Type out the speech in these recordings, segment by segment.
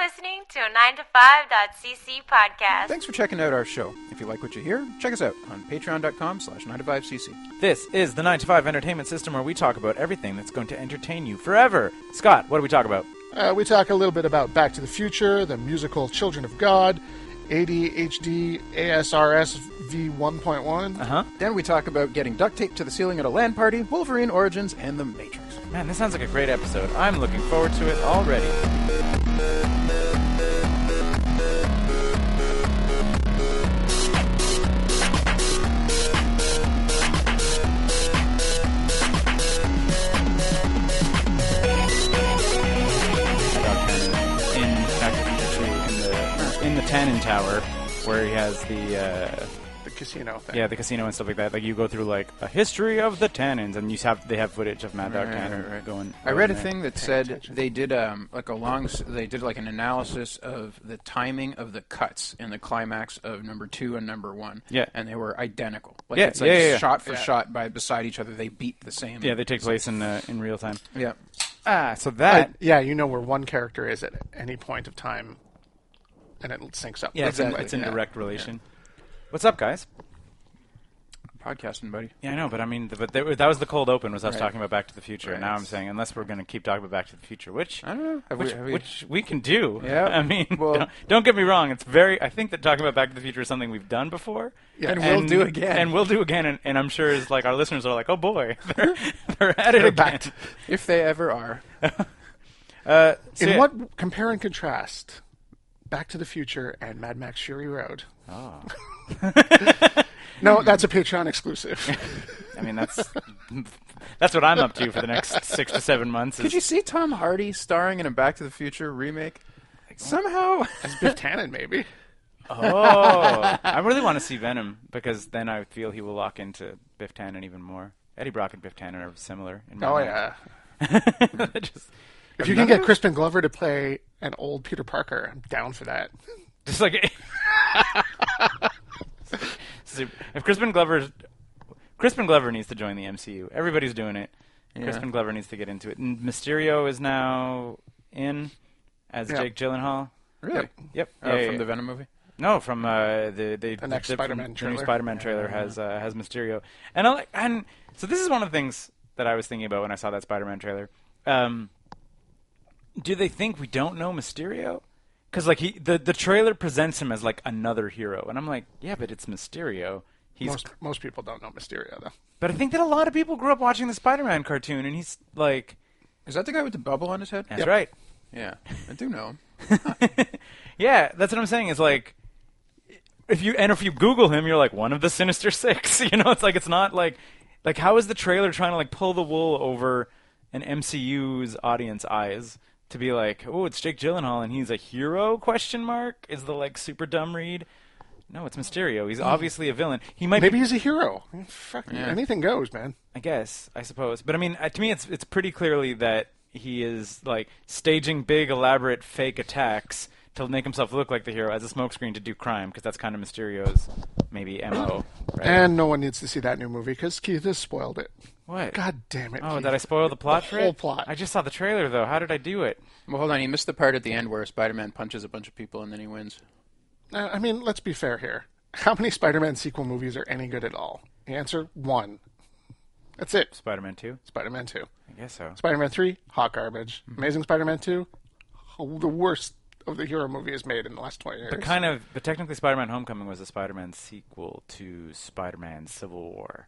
listening to a 9to5.cc podcast. Thanks for checking out our show. If you like what you hear, check us out on patreon.com slash 9to5cc. This is the 9 to 5 entertainment system where we talk about everything that's going to entertain you forever. Scott, what do we talk about? Uh, we talk a little bit about Back to the Future, the musical Children of God, ADHD, ASRS V1.1. Uh-huh. Then we talk about getting duct taped to the ceiling at a LAN party, Wolverine Origins, and The Matrix. Man, this sounds like a great episode. I'm looking forward to it already. In Back to the Future 2, in the in the Tannen Tower, where he has the. Uh, The casino thing. yeah, the casino and stuff like that. Like you go through like a history of the Tannins, and you have they have footage of Mad Dog Right, Tannen right, right. going. I read a going thing that said they did um, like a long, s- they did like an analysis of the timing of the cuts in the climax of number two and number one. Yeah. and they were identical. Like Yeah, it's like yeah, yeah, yeah. shot for shot by beside each other. They beat the same. there. Yeah, they take place in uh, in real time. yeah. Ah, so Uh, that yeah, you know where one character is at any point of time, and it syncs up. yeah, it's in- it's in Yeah. direct relation. What's up, guys? Podcasting, buddy. Yeah, I know, but I mean, th- but there, that was the cold open was us talking about Back to the Future. Right. Now I'm saying unless we're going to keep talking about Back to the Future, which I don't know. Have we- which, have we- which we can do. Yeah. I mean, Well- don't, don't get me wrong. It's very. I think that talking about Back to the Future is something we've done before. Yeah. And we'll do again. And we'll do again. And, and I'm sure is like our listeners are like, oh boy, they're, they're at it They're again. back. If they ever are. Uh, so in yeah. what compare and contrast Back to the Future and Mad Max Fury Road? Oh. Ah. no, that's a Patreon exclusive. I mean, that's that's what I'm up to for the next six to seven months. Did Is, you see Tom Hardy starring in a Back to the Future remake? Somehow, As Biff Tannen, maybe. oh, I really want to see Venom because then I feel he will lock into Biff Tannen even more. Eddie Brock and Biff Tannen are similar. In my Oh mind. yeah. just, If you can get Crispin Glover to play an old Peter Parker, I'm down for that. just like So, if Crispin Glover, Crispin Glover needs to join the MCU. Everybody's doing it. Crispin Glover needs to get into it. And Mysterio is now in as Yeah. Oh, Jake Gyllenhaal. really? Yep. Uh, Yeah, yeah, from yeah. the Venom movie. No, from uh, the the, the next the- from Spider-Man The trailer. new Spider-Man trailer has uh, has Mysterio, and I like and so this is one of the things that I was thinking about when I saw that Spider-Man trailer. Um, do they think we don't know Mysterio? Because like he the the trailer presents him as like another hero, and I'm like, yeah, but it's Mysterio. He's Most most people don't know Mysterio though. but I think that a lot of people grew up watching the Spider-Man cartoon, and he's like, Is that the guy with the bubble on his head? that's right. Yeah, I do know him. yeah, that's what I'm saying. Is like if you and if you Google him, you're like one of the Sinister Six. You know, it's like it's not like like how is the trailer trying to like pull the wool over an MCU's audience eyes to be like, oh, it's Jake Gyllenhaal and he's a hero? Question mark is the like super dumb read. No, it's Mysterio. He's obviously a villain. He might be Maybe he's a hero. Fuck, anything goes, man. I guess, I suppose. But I mean, uh, to me, it's it's pretty clearly that he is like staging big, elaborate fake attacks to make himself look like the hero as a smokescreen to do crime, because that's kind of Mysterio's maybe mo. Right? And no one needs to see that new movie because Keith has spoiled it. what? God damn it! Oh, Keith. did I spoil the plot for whole it? plot. I just saw the trailer though. How did I do it? Well, hold on. He missed the part at the end where Spider-Man punches a bunch of people and then he wins. Uh, I mean, let's be fair here. How many Spider-Man sequel movies are any good at all? The answer: one. That's it. Spider-Man Two. Spider-Man Two, I guess so. Spider-Man Three, hot garbage. Amazing Spider-Man Two, oh, the worst of the hero movies made in the last twenty years. But kind of, but technically, Spider-Man: Homecoming was a Spider-Man sequel to Spider-Man: Civil War.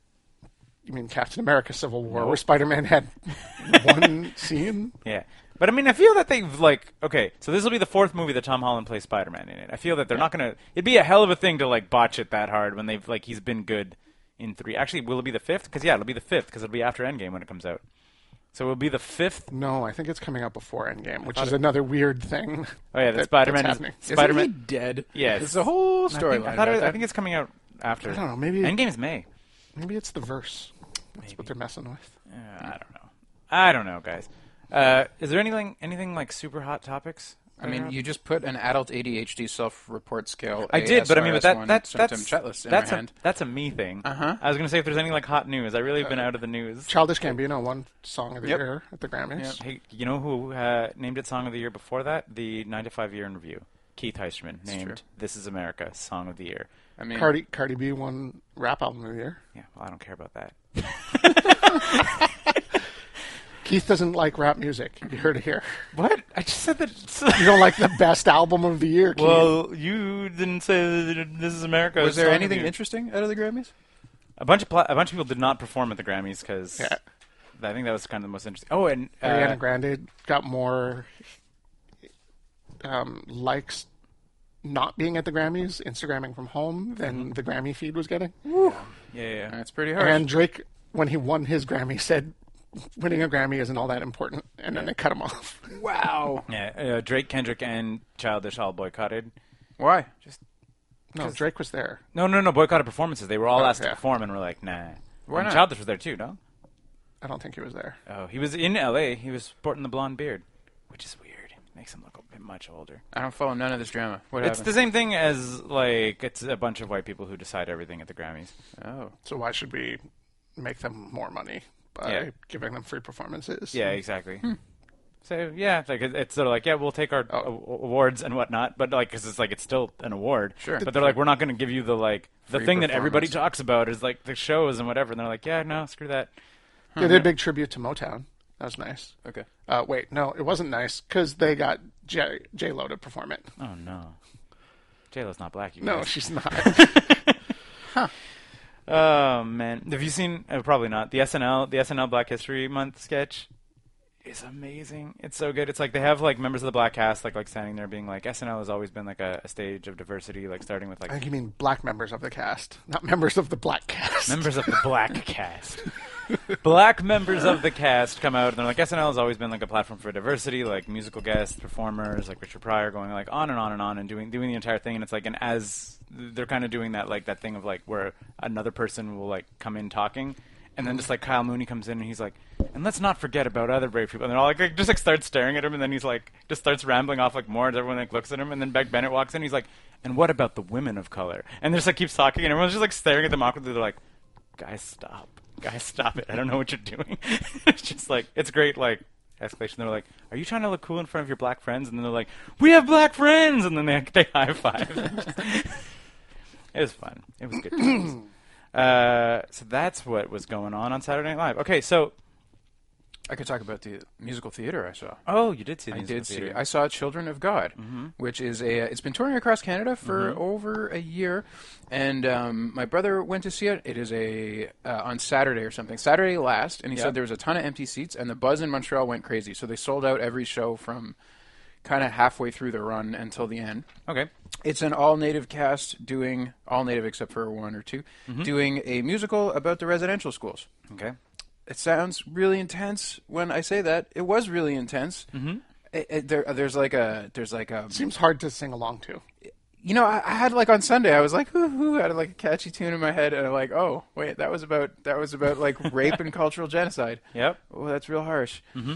you mean Captain America: Civil War, where Spider-Man had one scene? Yeah. But I mean, I feel that they've like okay, so this will be the fourth movie that Tom Holland plays Spider-Man in it. I feel that they're not gonna. It'd be a hell of a thing to like botch it that hard when they've like he's been good in three. Actually, will it be the fifth? Because yeah, it'll be the fifth because it'll be after Endgame when it comes out. So it'll be the fifth. No, I think it's coming out before Endgame, which is another weird thing. Oh yeah, that- that Spider-Man that's is happening. Spider-Man. Isn't he dead? Yes. It's the whole I think- storyline. I, about thought it- I that. think it's coming out after. I don't know, maybe- Endgame is May. Maybe it's the verse. That's what they're messing with. Uh, I don't know. I don't know, guys. Uh, is there anything anything like super hot topics? I mean, you just put an adult ADHD self-report scale. I did, but I mean, but that, ASRS-1 that symptom that's checklist in that's my a, hand. that's a me thing. Uh-huh. I was gonna say if there's anything like hot news, I really have been out of the news. Childish Gambino won Song of the Yep. Year at the Grammys. Hey, you know who uh, named it Song of the Year before that? The 9 to 5 year in review. Keith Heisterman named true. This Is America Song of the Year. I mean, Cardi Cardi B won Rap Album of the Year. Yeah, well, I don't care about that. Keith doesn't like rap music. You heard it here. What? I just said that. You don't like the best album of the year, Keith. well, you didn't say that This Is America. was there Song of anything the Year. interesting out of the Grammys? A bunch of pla- a bunch of people did not perform at the Grammys because Yeah. I think that was kind of the most interesting. Oh, and uh, Ariana Grande got more um, likes not being at the Grammys, Instagramming from home, Mm-hmm. than the Grammy feed was getting. yeah, yeah, yeah. That's pretty hard. And Drake, when he won his Grammy, said winning a Grammy isn't all that important, and then they cut him off. wow. Yeah, uh, Drake, Kendrick, and Childish all boycotted. Why? Just No, Drake was there. No, no, no, boycotted performances. They were all asked yeah. to perform, and were like, nah. Why and not? Childish was there too, no? I don't think he was there. Oh, he was in L.A. He was sporting the blonde beard, which is weird. Makes him look a bit much older. I don't follow none of this drama. What It's the happened? same thing as like it's a bunch of white people who decide everything at the Grammys. oh, So why should we make them more money by Yeah. giving them free performances? Yeah, exactly. So yeah, like it- it's sort of like yeah, we'll take our a- awards and whatnot, but like because it's like it's still an award. Sure. But they're like, we're not going to give you the like the Free thing that everybody performance. talks about is like the shows and whatever. And they're like, yeah, no, screw that. They did a big tribute to Motown. That was nice. okay. Uh, wait, no, it wasn't nice because they got J J Lo to perform it. Oh no, J Lo's not black. You No, guys. she's not. Oh man, have you seen? Uh, probably not. The SNL, the SNL Black History Month sketch is amazing. It's so good. It's like they have like members of the black cast like like standing there being like SNL has always been like a, a stage of diversity, like starting with like I think you mean black members of the cast, not members of the black cast. members of the black cast. Black members of the cast come out and they're like, SNL has always been like a platform for diversity, like musical guests, performers, like Richard Pryor, going like on and on and on and doing doing the entire thing. And it's like, and as they're kind of doing that, like that thing of like where another person will like come in talking, and then just like Kyle Mooney comes in and he's like, and let's not forget about other brave people. And they're all like, like, just like starts staring at him, and then he's like, just starts rambling off like more, and everyone like looks at him, and then Beck Bennett walks in, he's like, and what about the women of color? And just like keeps talking, and everyone's just like staring at them awkwardly. They're like guys stop guys stop it i don't know what you're doing it's just like it's great like escalation they're like are you trying to look cool in front of your black friends and then they're like we have black friends and then they, they high five it was fun it was good times. uh, so that's what was going on on saturday night live okay so I could talk about the musical theater I saw. oh you did see I did see. I saw Children of God, which is a. It's been touring across Canada for over a year, and um, my brother went to see it. It is a uh, on Saturday or something. Saturday last, and he Yeah. said there was a ton of empty seats, and the buzz in Montreal went crazy. So they sold out every show from kind of halfway through the run until the end. okay It's an all native cast doing all native except for one or 2 doing a musical about the residential schools okay it sounds really intense when I say that. It was really intense. Mm-hmm. It, it- there, there's like a, there's like a, Seems hard to sing along to. you know, I, I had like on Sunday, I was like, hoo hoo, I had like a catchy tune in my head, and I'm like, oh wait, that was about, that was about like rape and cultural genocide. Yep. Oh, that's real harsh. Mm-hmm.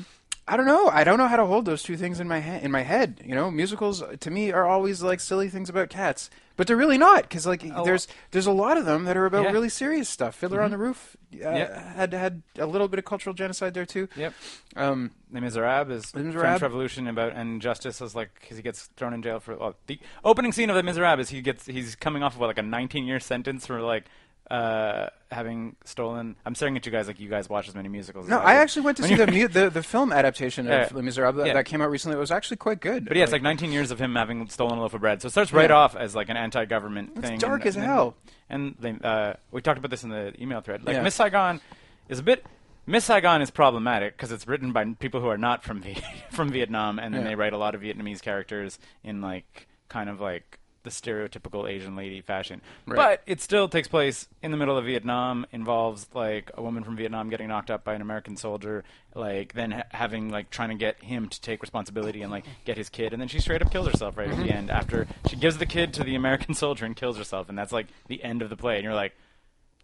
I don't know. I don't know how to hold those two things in my head. In my head, you know, musicals uh, to me are always like silly things about cats, but they're really not because like there's there's a lot of them that are about Oh. Yeah. Mm-hmm. really serious stuff. Fiddler on the Roof uh, Yeah. had had a little bit of cultural genocide there too. yep Um, Les Miserables is Les French Miserables. Revolution about and justice is like because he gets thrown in jail for well, the opening scene of Les Miserables. He gets he's coming off of what, like a 19 year sentence for like uh, having stolen. I'm staring at you guys like you guys watch as many musicals. as no, I I do. actually went to When see you- the, mu- the the film adaptation of Yeah. Les Miserables that, Yeah. that came out recently. It was actually quite good. But yeah, it's like 19 years of him having stolen a loaf of bread. So it starts right Yeah. off as like an anti-government thing. dark and, as and- hell. And they, uh, we talked about this in the email thread. Like Yeah. Miss Saigon is a bit. Miss Saigon is problematic because it's written by people who are not from v- from Vietnam, and then Yeah. they write a lot of Vietnamese characters in like kind of like the stereotypical Asian lady fashion. But it still takes place in the middle of Vietnam. Involves like a woman from Vietnam getting knocked up by an American soldier, like then ha- having like trying to get him to take responsibility and like get his kid, and then she straight up kills herself right at the end after she gives the kid to the American soldier and kills herself, and that's like the end of the play. And you're like,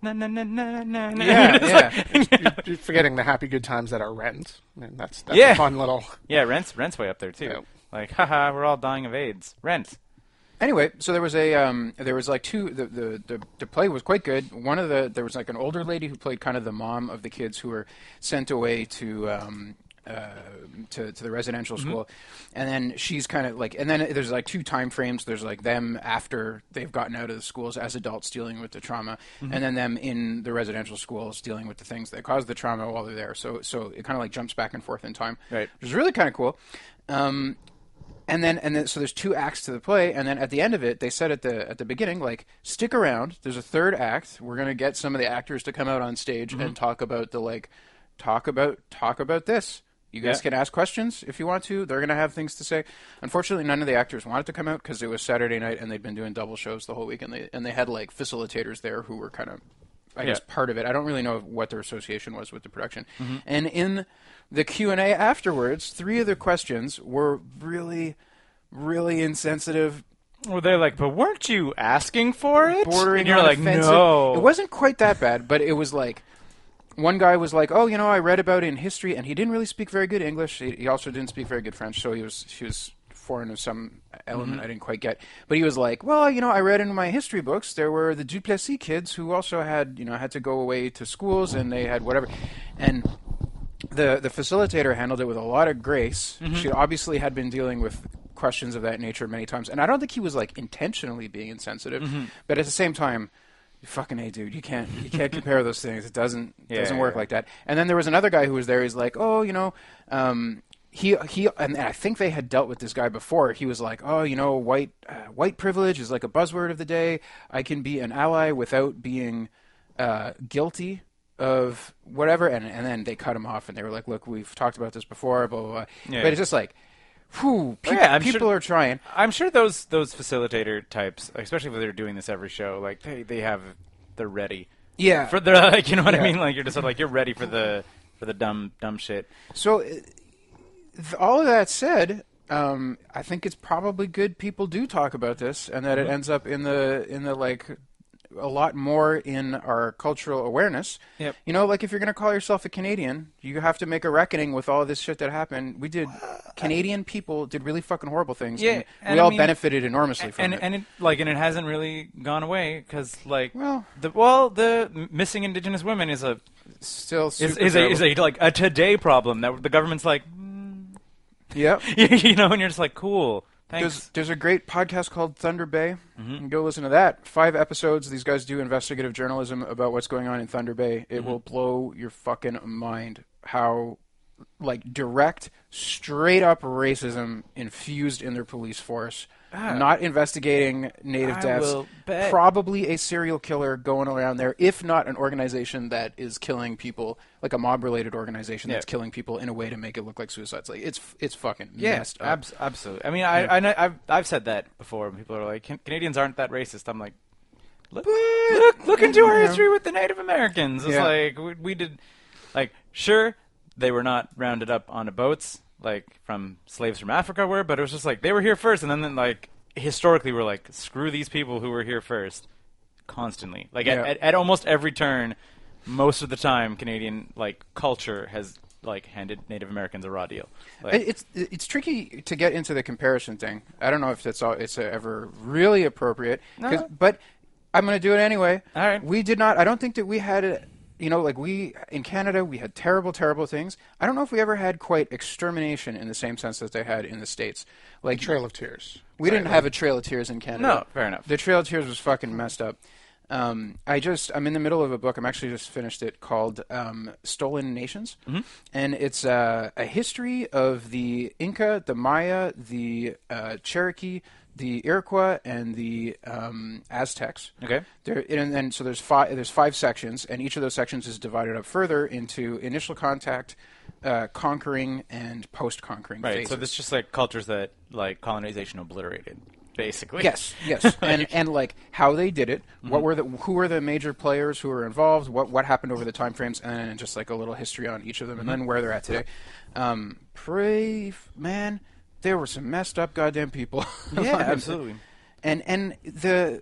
na na na na na na. Yeah, It's yeah. like- You're forgetting the happy good times that are Rent. I mean, that's that's Yeah. a fun little. Yeah, rent's rent's way up there too. Yeah. Like, haha, we're all dying of AIDS. Rent. Anyway, so there was a um, there was like two the, the the the play was quite good. One of the there was like an older lady who played kind of the mom of the kids who were sent away to um, uh, to to the residential school, and then she's kind of like and then there's like two time frames. There's like them after they've gotten out of the schools as adults dealing with the trauma, and then them in the residential schools dealing with the things that caused the trauma while they're there. So so it kind of like jumps back and forth in time, Right. Which is really kind of cool. Um, and then and then so there's two acts to the play and then at the end of it they said at the at the beginning like stick around there's a third act we're going to get some of the actors to come out on stage and talk about the like talk about talk about this you guys Yeah. can ask questions if you want to they're going to have things to say unfortunately none of the actors wanted to come out cuz it was Saturday night and they'd been doing double shows the whole week and they and they had like facilitators there who were kind of I guess Yeah. part of it. I don't really know what their association was with the production. And in the Q and A afterwards, three of the questions were really, really insensitive, Well, they're like, but weren't you asking for it? bordering and you're on like, offensive. no. It wasn't quite that bad, but it was like. One guy was like, "Oh, you know, I read about it in history, and he didn't really speak very good English. He, he also didn't speak very good French, so he was he was foreign of some Mm-hmm. element I didn't quite get. But he was like, "Well, you know, I read in my history books there were the Duplessis kids who also had you know had to go away to schools, and they had whatever." And the the facilitator handled it with a lot of grace. She obviously had been dealing with questions of that nature many times, and I don't think he was like intentionally being insensitive, but at the same time, fucking a dude, you can't you can't compare those things. It doesn't Yeah, doesn't work yeah. like that. And then there was another guy who was there. He's like, oh, you know. Um, he, he and I think they had dealt with this guy before. He was like, "Oh, you know, white uh, white privilege is like a buzzword of the day. I can be an ally without being uh, guilty of whatever, and and then they cut him off, and they were like, "Look, we've talked about this before, blah blah." blah. Yeah. Oh, But it's just like, whew, peop- yeah, I'm people sure- are trying. I'm sure those those facilitator types, especially if they're doing this every show, like they they have they're ready. Yeah. For they're like, you know what Yeah. I mean? Like you're just sort of like you're ready for the for the dumb dumb shit. So, uh, th- all of that said, um, I think it's probably good people do talk about this, and Mm-hmm. that it ends up in the in the like a lot more in our cultural awareness. Yep. You know, like if you're going to call yourself a Canadian, you have to make a reckoning with all this shit that happened. We did Canadian people did really fucking horrible things. Uh, Yeah, and and we I all mean- benefited enormously from and it. and it, like and it hasn't really gone away because like Well- the well the m- missing indigenous women is a Still, is, super is a is terrible. a like a today problem that the government's like Yep. you know and you're just like cool thanks Mm-hmm. There's, there's a great podcast called Thunder Bay. You can Go listen to that. Five episodes. These guys do investigative journalism about what's going on in Thunder Bay. Mm-hmm. It will blow your fucking mind how like direct, straight up racism infused in their police force. Not investigating native Ah. I deaths. will bet. Probably a serial killer going around there, if not an organization that is killing people, like a mob-related organization that's Yeah. killing people in a way to make it look like suicides. Like it's it's fucking messed up. abs- absolutely. I mean, I, I know, I've I've said that before. when People are like, "Can- Canadians aren't that racist. I'm like, look, look, look into our history with the Native Americans. It's Yeah. like we, we did, like, sure, they were not rounded up onto boats like from slaves from Africa were, but it was just like they were here first, and then, then like historically we're like, screw these people who were here first, constantly. Like at, Yeah. at, at almost every turn, most of the time, Canadian like culture has like handed Native Americans a raw deal. Like, It- It's it's tricky to get into the comparison thing. I don't know if that's all it's uh, ever really appropriate. 'cause- No. But I'm going to do it anyway. All right. We did not. I don't think that we had it. You know, like we in Canada, we had terrible, terrible things. I don't know if we ever had quite extermination in the same sense that they had in the states. Like Trail of Tears. we didn't have a Trail of Tears in Canada. No, fair enough. The Trail of Tears was fucking messed up. Um, I just I'm in the middle of a book. I'm actually just finished it called um, Stolen Nations, Mm-hmm. and it's uh, a history of the Inca, the Maya, the uh, Cherokee, the Iroquois, and the um, Aztecs. Okay. There, and then so there's five there's five sections, and each of those sections is divided up further into initial contact, uh, conquering, and post conquering. Right. So this just like cultures that like colonization obliterated, basically. Mhm. Yes, yes, and and like how they did it, what were the who were the major players who were involved, what what happened over the time frames, and then just like a little history on each of them, and Mhm. then where they're at today. Um, pray, f- man, there were some messed up goddamn people. Yeah, absolutely. And and the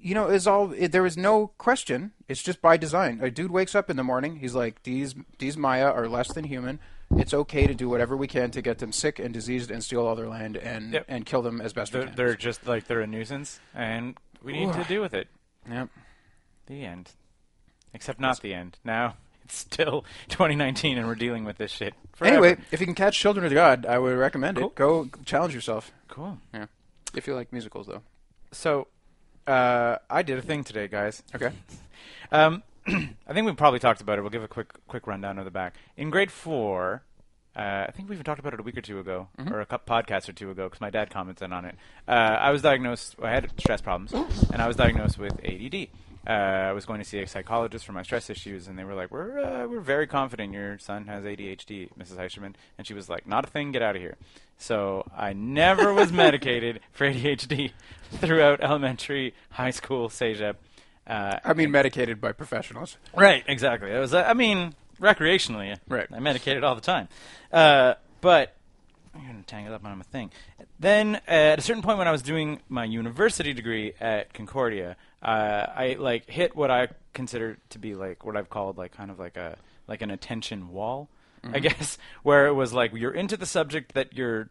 you know, is all it, there is no question. It's just by design. A dude wakes up in the morning. He's like, these these Maya are less than human. It's okay to do whatever we can to get them sick and diseased and steal all their land and Yep. and kill them as best They're, we can. they're just like they're a nuisance, and we need to deal with it. yeah. The end. Except not the end. Now it's still 2019, and we're dealing with this shit. Forever. Anyway, if you can catch Children of God, I would recommend Cool. it. Go challenge yourself. cool. Yeah. If you like musicals, though. So, uh, I did a thing today, guys. Okay. Um, I think we've probably talked about it. We'll give a quick quick rundown of the back. In grade four, uh, I think we even talked about it a week or two ago, or a couple podcasts or two ago, because my dad commented on it. Uh, I was diagnosed. I had stress problems, and I was diagnosed with ADD. Uh, I was going to see a psychologist for my stress issues, and they were like, "We're uh, we're very confident your son has ADHD, Mrs. Heischerman," and she was like, "Not a thing. Get out of here." So I never was medicated for ADHD throughout elementary, high school, SAGEP. Uh, I mean, medicated by professionals. Right, exactly. It was, uh, I mean, recreationally. Right. I medicated all the time. Uh, but I'm going to tangle up on my thing. Then, uh, at a certain point when I was doing my university degree at Concordia, uh, I like hit what I consider to be like what I've called like kind of like a like an attention wall, I guess, where it was like you're into the subject that you're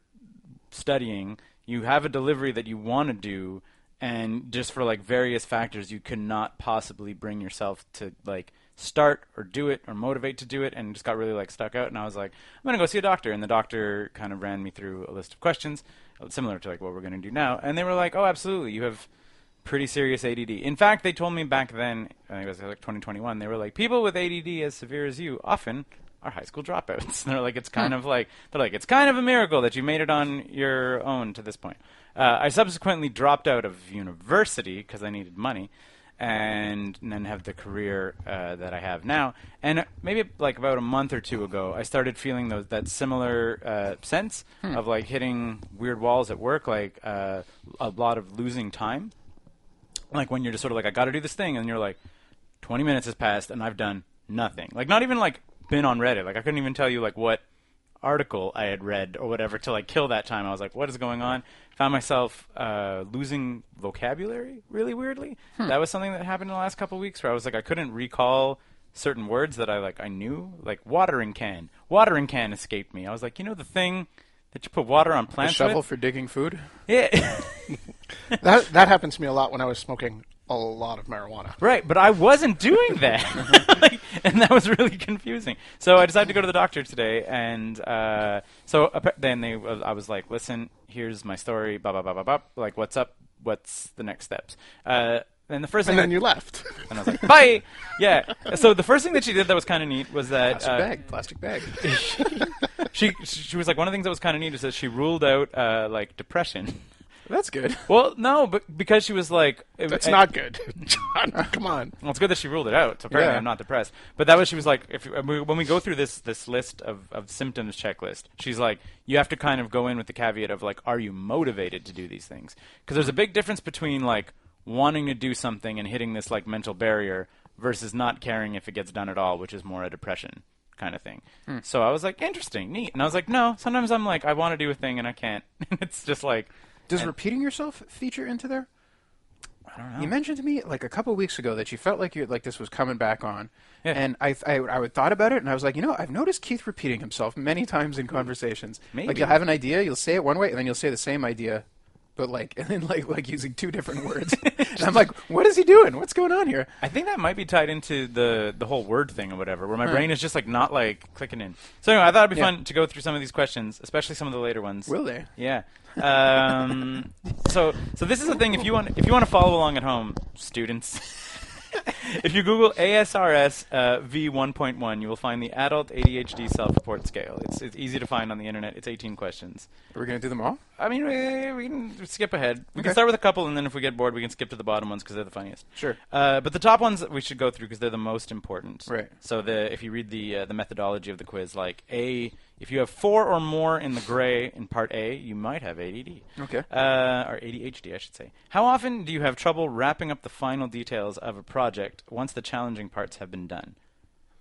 studying, you have a delivery that you want to do, and just for like various factors, you cannot possibly bring yourself to like start or do it or motivate to do it, and just got really like stuck out. And I was like, I'm gonna go see a doctor, and the doctor kind of ran me through a list of questions uh, similar to like what we're gonna do now, and they were like, Oh, absolutely, you have pretty serious ADD. In fact, they told me back then, I think it was like 2021, they were like, people with ADD as severe as you often are high school dropouts. they're like, it's kind of like, they're like, it's kind of a miracle that you made it on your own to this point. Uh, I subsequently dropped out of university because I needed money and then have the career uh, that I have now. And maybe like about a month or two ago, I started feeling those that similar uh, sense of like hitting weird walls at work, like uh, a lot of losing time like when you're just sort of like I got to do this thing, and you're like, 20 minutes has passed and I've done nothing. Like not even like been on Reddit. Like I couldn't even tell you like what article I had read or whatever to like kill that time. I was like, what is going on? Found myself uh, losing vocabulary really weirdly. That was something that happened in the last couple weeks where I was like I couldn't recall certain words that I like I knew like watering can. Watering can escaped me. I was like, you know the thing that you put water on A plants shovel with? for digging food. Yeah. That that happened to me a lot when I was smoking a lot of marijuana. Right, but I wasn't doing Mm-hmm. that, Like, and that was really confusing. So I decided to go to the doctor today, and uh, so appa- then they, uh, I was like, "Listen, here's my story, blah blah blah blah blah. Like, what's up? What's the next steps?" Uh, and the first And thing, then you left. and I was like, "Bye." yeah. So the first thing that she did that was kind of neat was that Plastic uh, bag. Plastic bag. she she was like one of the things that was kind of neat is that she ruled out uh, like depression. That's good. well, no, but because she was like, eh, it- That's it- not good. John, come on. Well, it's good that she ruled it out. So apparently, Yeah. I'm not depressed. But that was she was like, if when we- when we go through this this list of, of symptoms checklist, she's like, you have to kind of go in with the caveat of like, are you motivated to do these things? Because there's a big difference between like wanting to do something and hitting this like mental barrier versus not caring if it gets done at all, which is more a depression kind of thing. So I was like, interesting, neat, and I was like, no. Sometimes I'm like, I want to do a thing and I can't. it's just like, Does repeating yourself feature into there? I don't know. You mentioned to me like a couple weeks ago that you felt like you like this was coming back on, Yeah. and I, I I would thought about it and I was like, you know, I've noticed Keith repeating himself many times in conversations. Like Maybe. you'll have an idea, you'll say it one way, and then you'll say the same idea, but like and then like like using two different words. and I'm like, what is he doing? What's going on here? I think that might be tied into the the whole word thing or whatever, where my brain is just like not like clicking in. So anyway, I thought it'd be Yeah. fun to go through some of these questions, especially some of the later ones. Will they? Yeah. Um, so so this is the thing. If you want if you want to follow along at home, students. if you Google ASRS uh, V1.1, you will find the Adult ADHD Self-Report Scale. It's it's easy to find on the internet. It's 18 questions. Are we gonna do them all? I mean, we, we can skip ahead. We Okay. can start with a couple, and then if we get bored, we can skip to the bottom ones because they're the funniest. Sure. Uh, but the top ones that we should go through because they're the most important. Right. So the if you read the uh, the methodology of the quiz, like A, if you have four or more in the gray in part A, you might have ADD. Okay. Uh, or ADHD, I should say. How often do you have trouble wrapping up the final details of a project once the challenging parts have been done?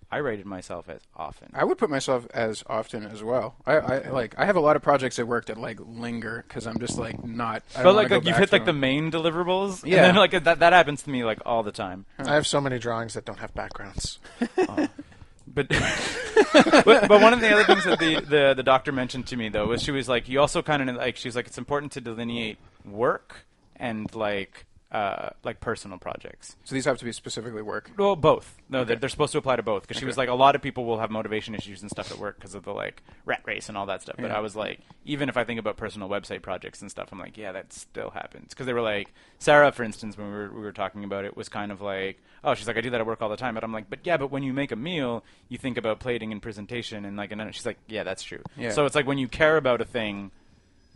I rated myself as often. I would put myself as often as well. I, I like I have a lot of projects at work that like linger because I'm just like not. I but don't like, wanna like go you've back hit to like the them. main deliverables. Yeah. And then like that that happens to me like all the time. I have so many drawings that don't have backgrounds. But, but but one of the other things that the, the, the doctor mentioned to me though was she was like you also kind of like she was like it's important to delineate work and like uh, like personal projects. so these have to be specifically work. Well, both. No, they're, they're supposed to apply to both. Because she was like, a lot of people will have motivation issues and stuff at work because of the like rat race and all that stuff. But I was like, even if I think about personal website projects and stuff, I'm like, yeah, that still happens. Because they were like, Sarah, for instance, when we were, we were talking about it, was kind of like, oh, she's like, I do that at work all the time. But I'm like, but yeah, but when you make a meal, you think about plating and presentation and like, and then she's like, yeah, that's true. Yeah. So it's like when you care about a thing,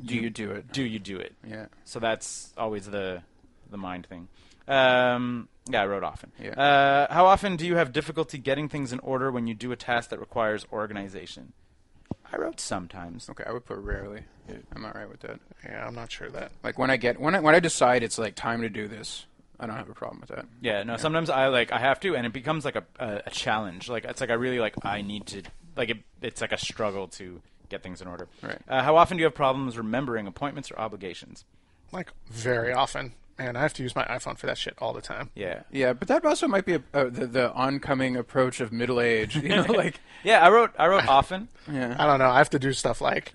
Do you do it? do you do it? Yeah. So that's always the the mind thing. Um, yeah, I wrote often. Yeah. Uh, how often do you have difficulty getting things in order when you do a task that requires organization? I wrote sometimes. Okay, I would put rarely. I'm not right with that. Yeah, I'm not sure of that. Like when I get when I when I decide it's like time to do this, I don't have a problem with that. Yeah, no. Sometimes I like I have to, and it becomes like a, a a challenge. Like it's like I really like I need to like it, it's like a struggle to get things in order. Right. Uh, how often do you have problems remembering appointments or obligations? Like very often, man, I have to use my iPhone for that shit all the time. Yeah. Yeah, but that also might be a, uh, the the oncoming approach of middle age. You know, like Yeah, I wrote I wrote often. I don't know. I have to do stuff like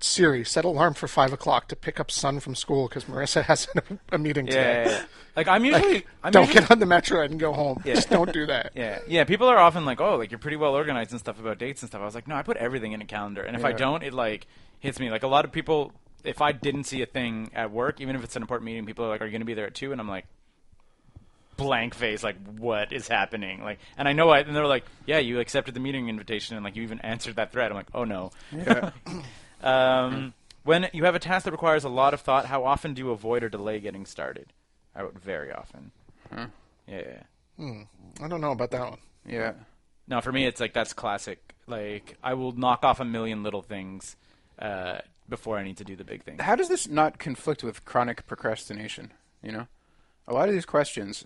Siri, set alarm for five o'clock to pick up son from school because Marissa has a meeting Yeah, today. yeah, yeah. Like I'm usually I'm Don't usually, get on the metro and go home. Just don't do that. Yeah, yeah. People are often like, "Oh, like you're pretty well organized and stuff about dates and stuff." I was like, "No, I put everything in a calendar, and if I Yeah. don't, it like hits me." Like a lot of people, if I didn't see a thing at work, even if it's an important meeting, people are like, "Are you going to be there at 2? And I'm like, blank face, like, "What is happening?" Like, and I know I, and they're like, "Yeah, you accepted the meeting invitation, and like you even answered that thread." I'm like, "Oh no." um, when you have a task that requires a lot of thought, how often do you avoid or delay getting started? I wrote very often. Yeah. I don't know about that one. yeah, No, for me, it's like that's classic. Like I will knock off a million little things uh, before I need to do the big thing. how does this not conflict with chronic procrastination? You know, a lot of these questions,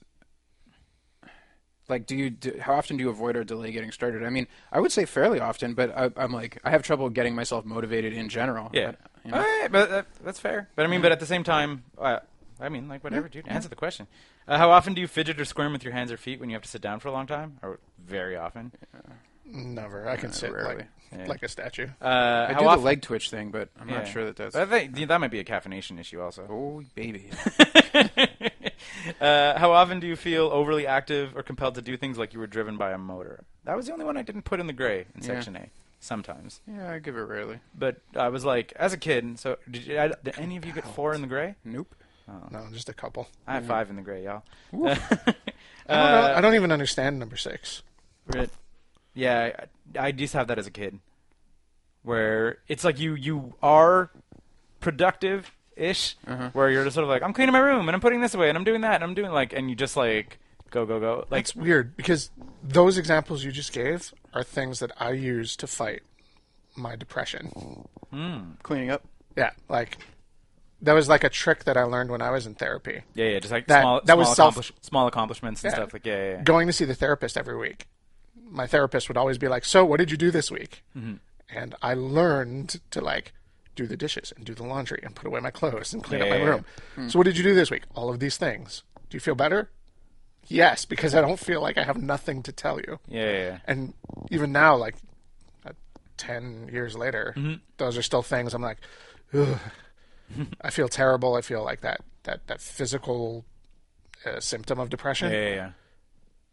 like, do you do, how often do you avoid or delay getting started? I mean, I would say fairly often, but I, I'm like I have trouble getting myself motivated in general. Yeah, But, you know, Alright, but that, that's fair. But I mean, but at the same time, uh, I mean, like whatever, dude. Answer the question. Uh, how often do you fidget or squirm with your hands or feet when you have to sit down for a long time? Or very often. Never. I can sit like, rarely. Yeah. like a statue. Uh, I how do often? the leg twitch thing, but I'm not Yeah. sure that that's. I think that might be a caffeination issue also. Oh baby! uh, how often do you feel overly active or compelled to do things like you were driven by a motor? That was the only one I didn't put in the gray in section A. Sometimes. yeah, I give it rarely. But I was like, as a kid. So did, you, I, did any of you get four in the gray? Nope. No, just a couple. I have five in the gray, y'all. Uh, I don't know. I don't even understand number six. But, yeah, I, I used to have that as a kid, where it's like you you are productive ish, Uh-huh. where you're just sort of like, I'm cleaning my room and I'm putting this away and I'm doing that and I'm doing like, and you just like go go go like It's weird because those examples you just gave are things that I use to fight my depression. Cleaning up. Yeah, like that was like a trick that I learned when I was in therapy. yeah yeah just like That- small that small, was self- accomplish- small accomplishments and Yeah. stuff like yeah yeah, yeah. Going to see the therapist every week, my therapist would always be like, "So, what did you do this week?" Mm-hmm. And I learned to like do the dishes and do the laundry and put away my clothes and clean up Yeah. Hmm. my room. So, what did you do this week? All of these things. Do you feel better? Yes, because I don't feel like I have nothing to tell you. yeah yeah, yeah. and even now, like uh, ten years later, Mm-hmm. those are still things I'm like, Ugh, I feel terrible. I feel like that that that physical uh, symptom of depression. Yeah, yeah, yeah.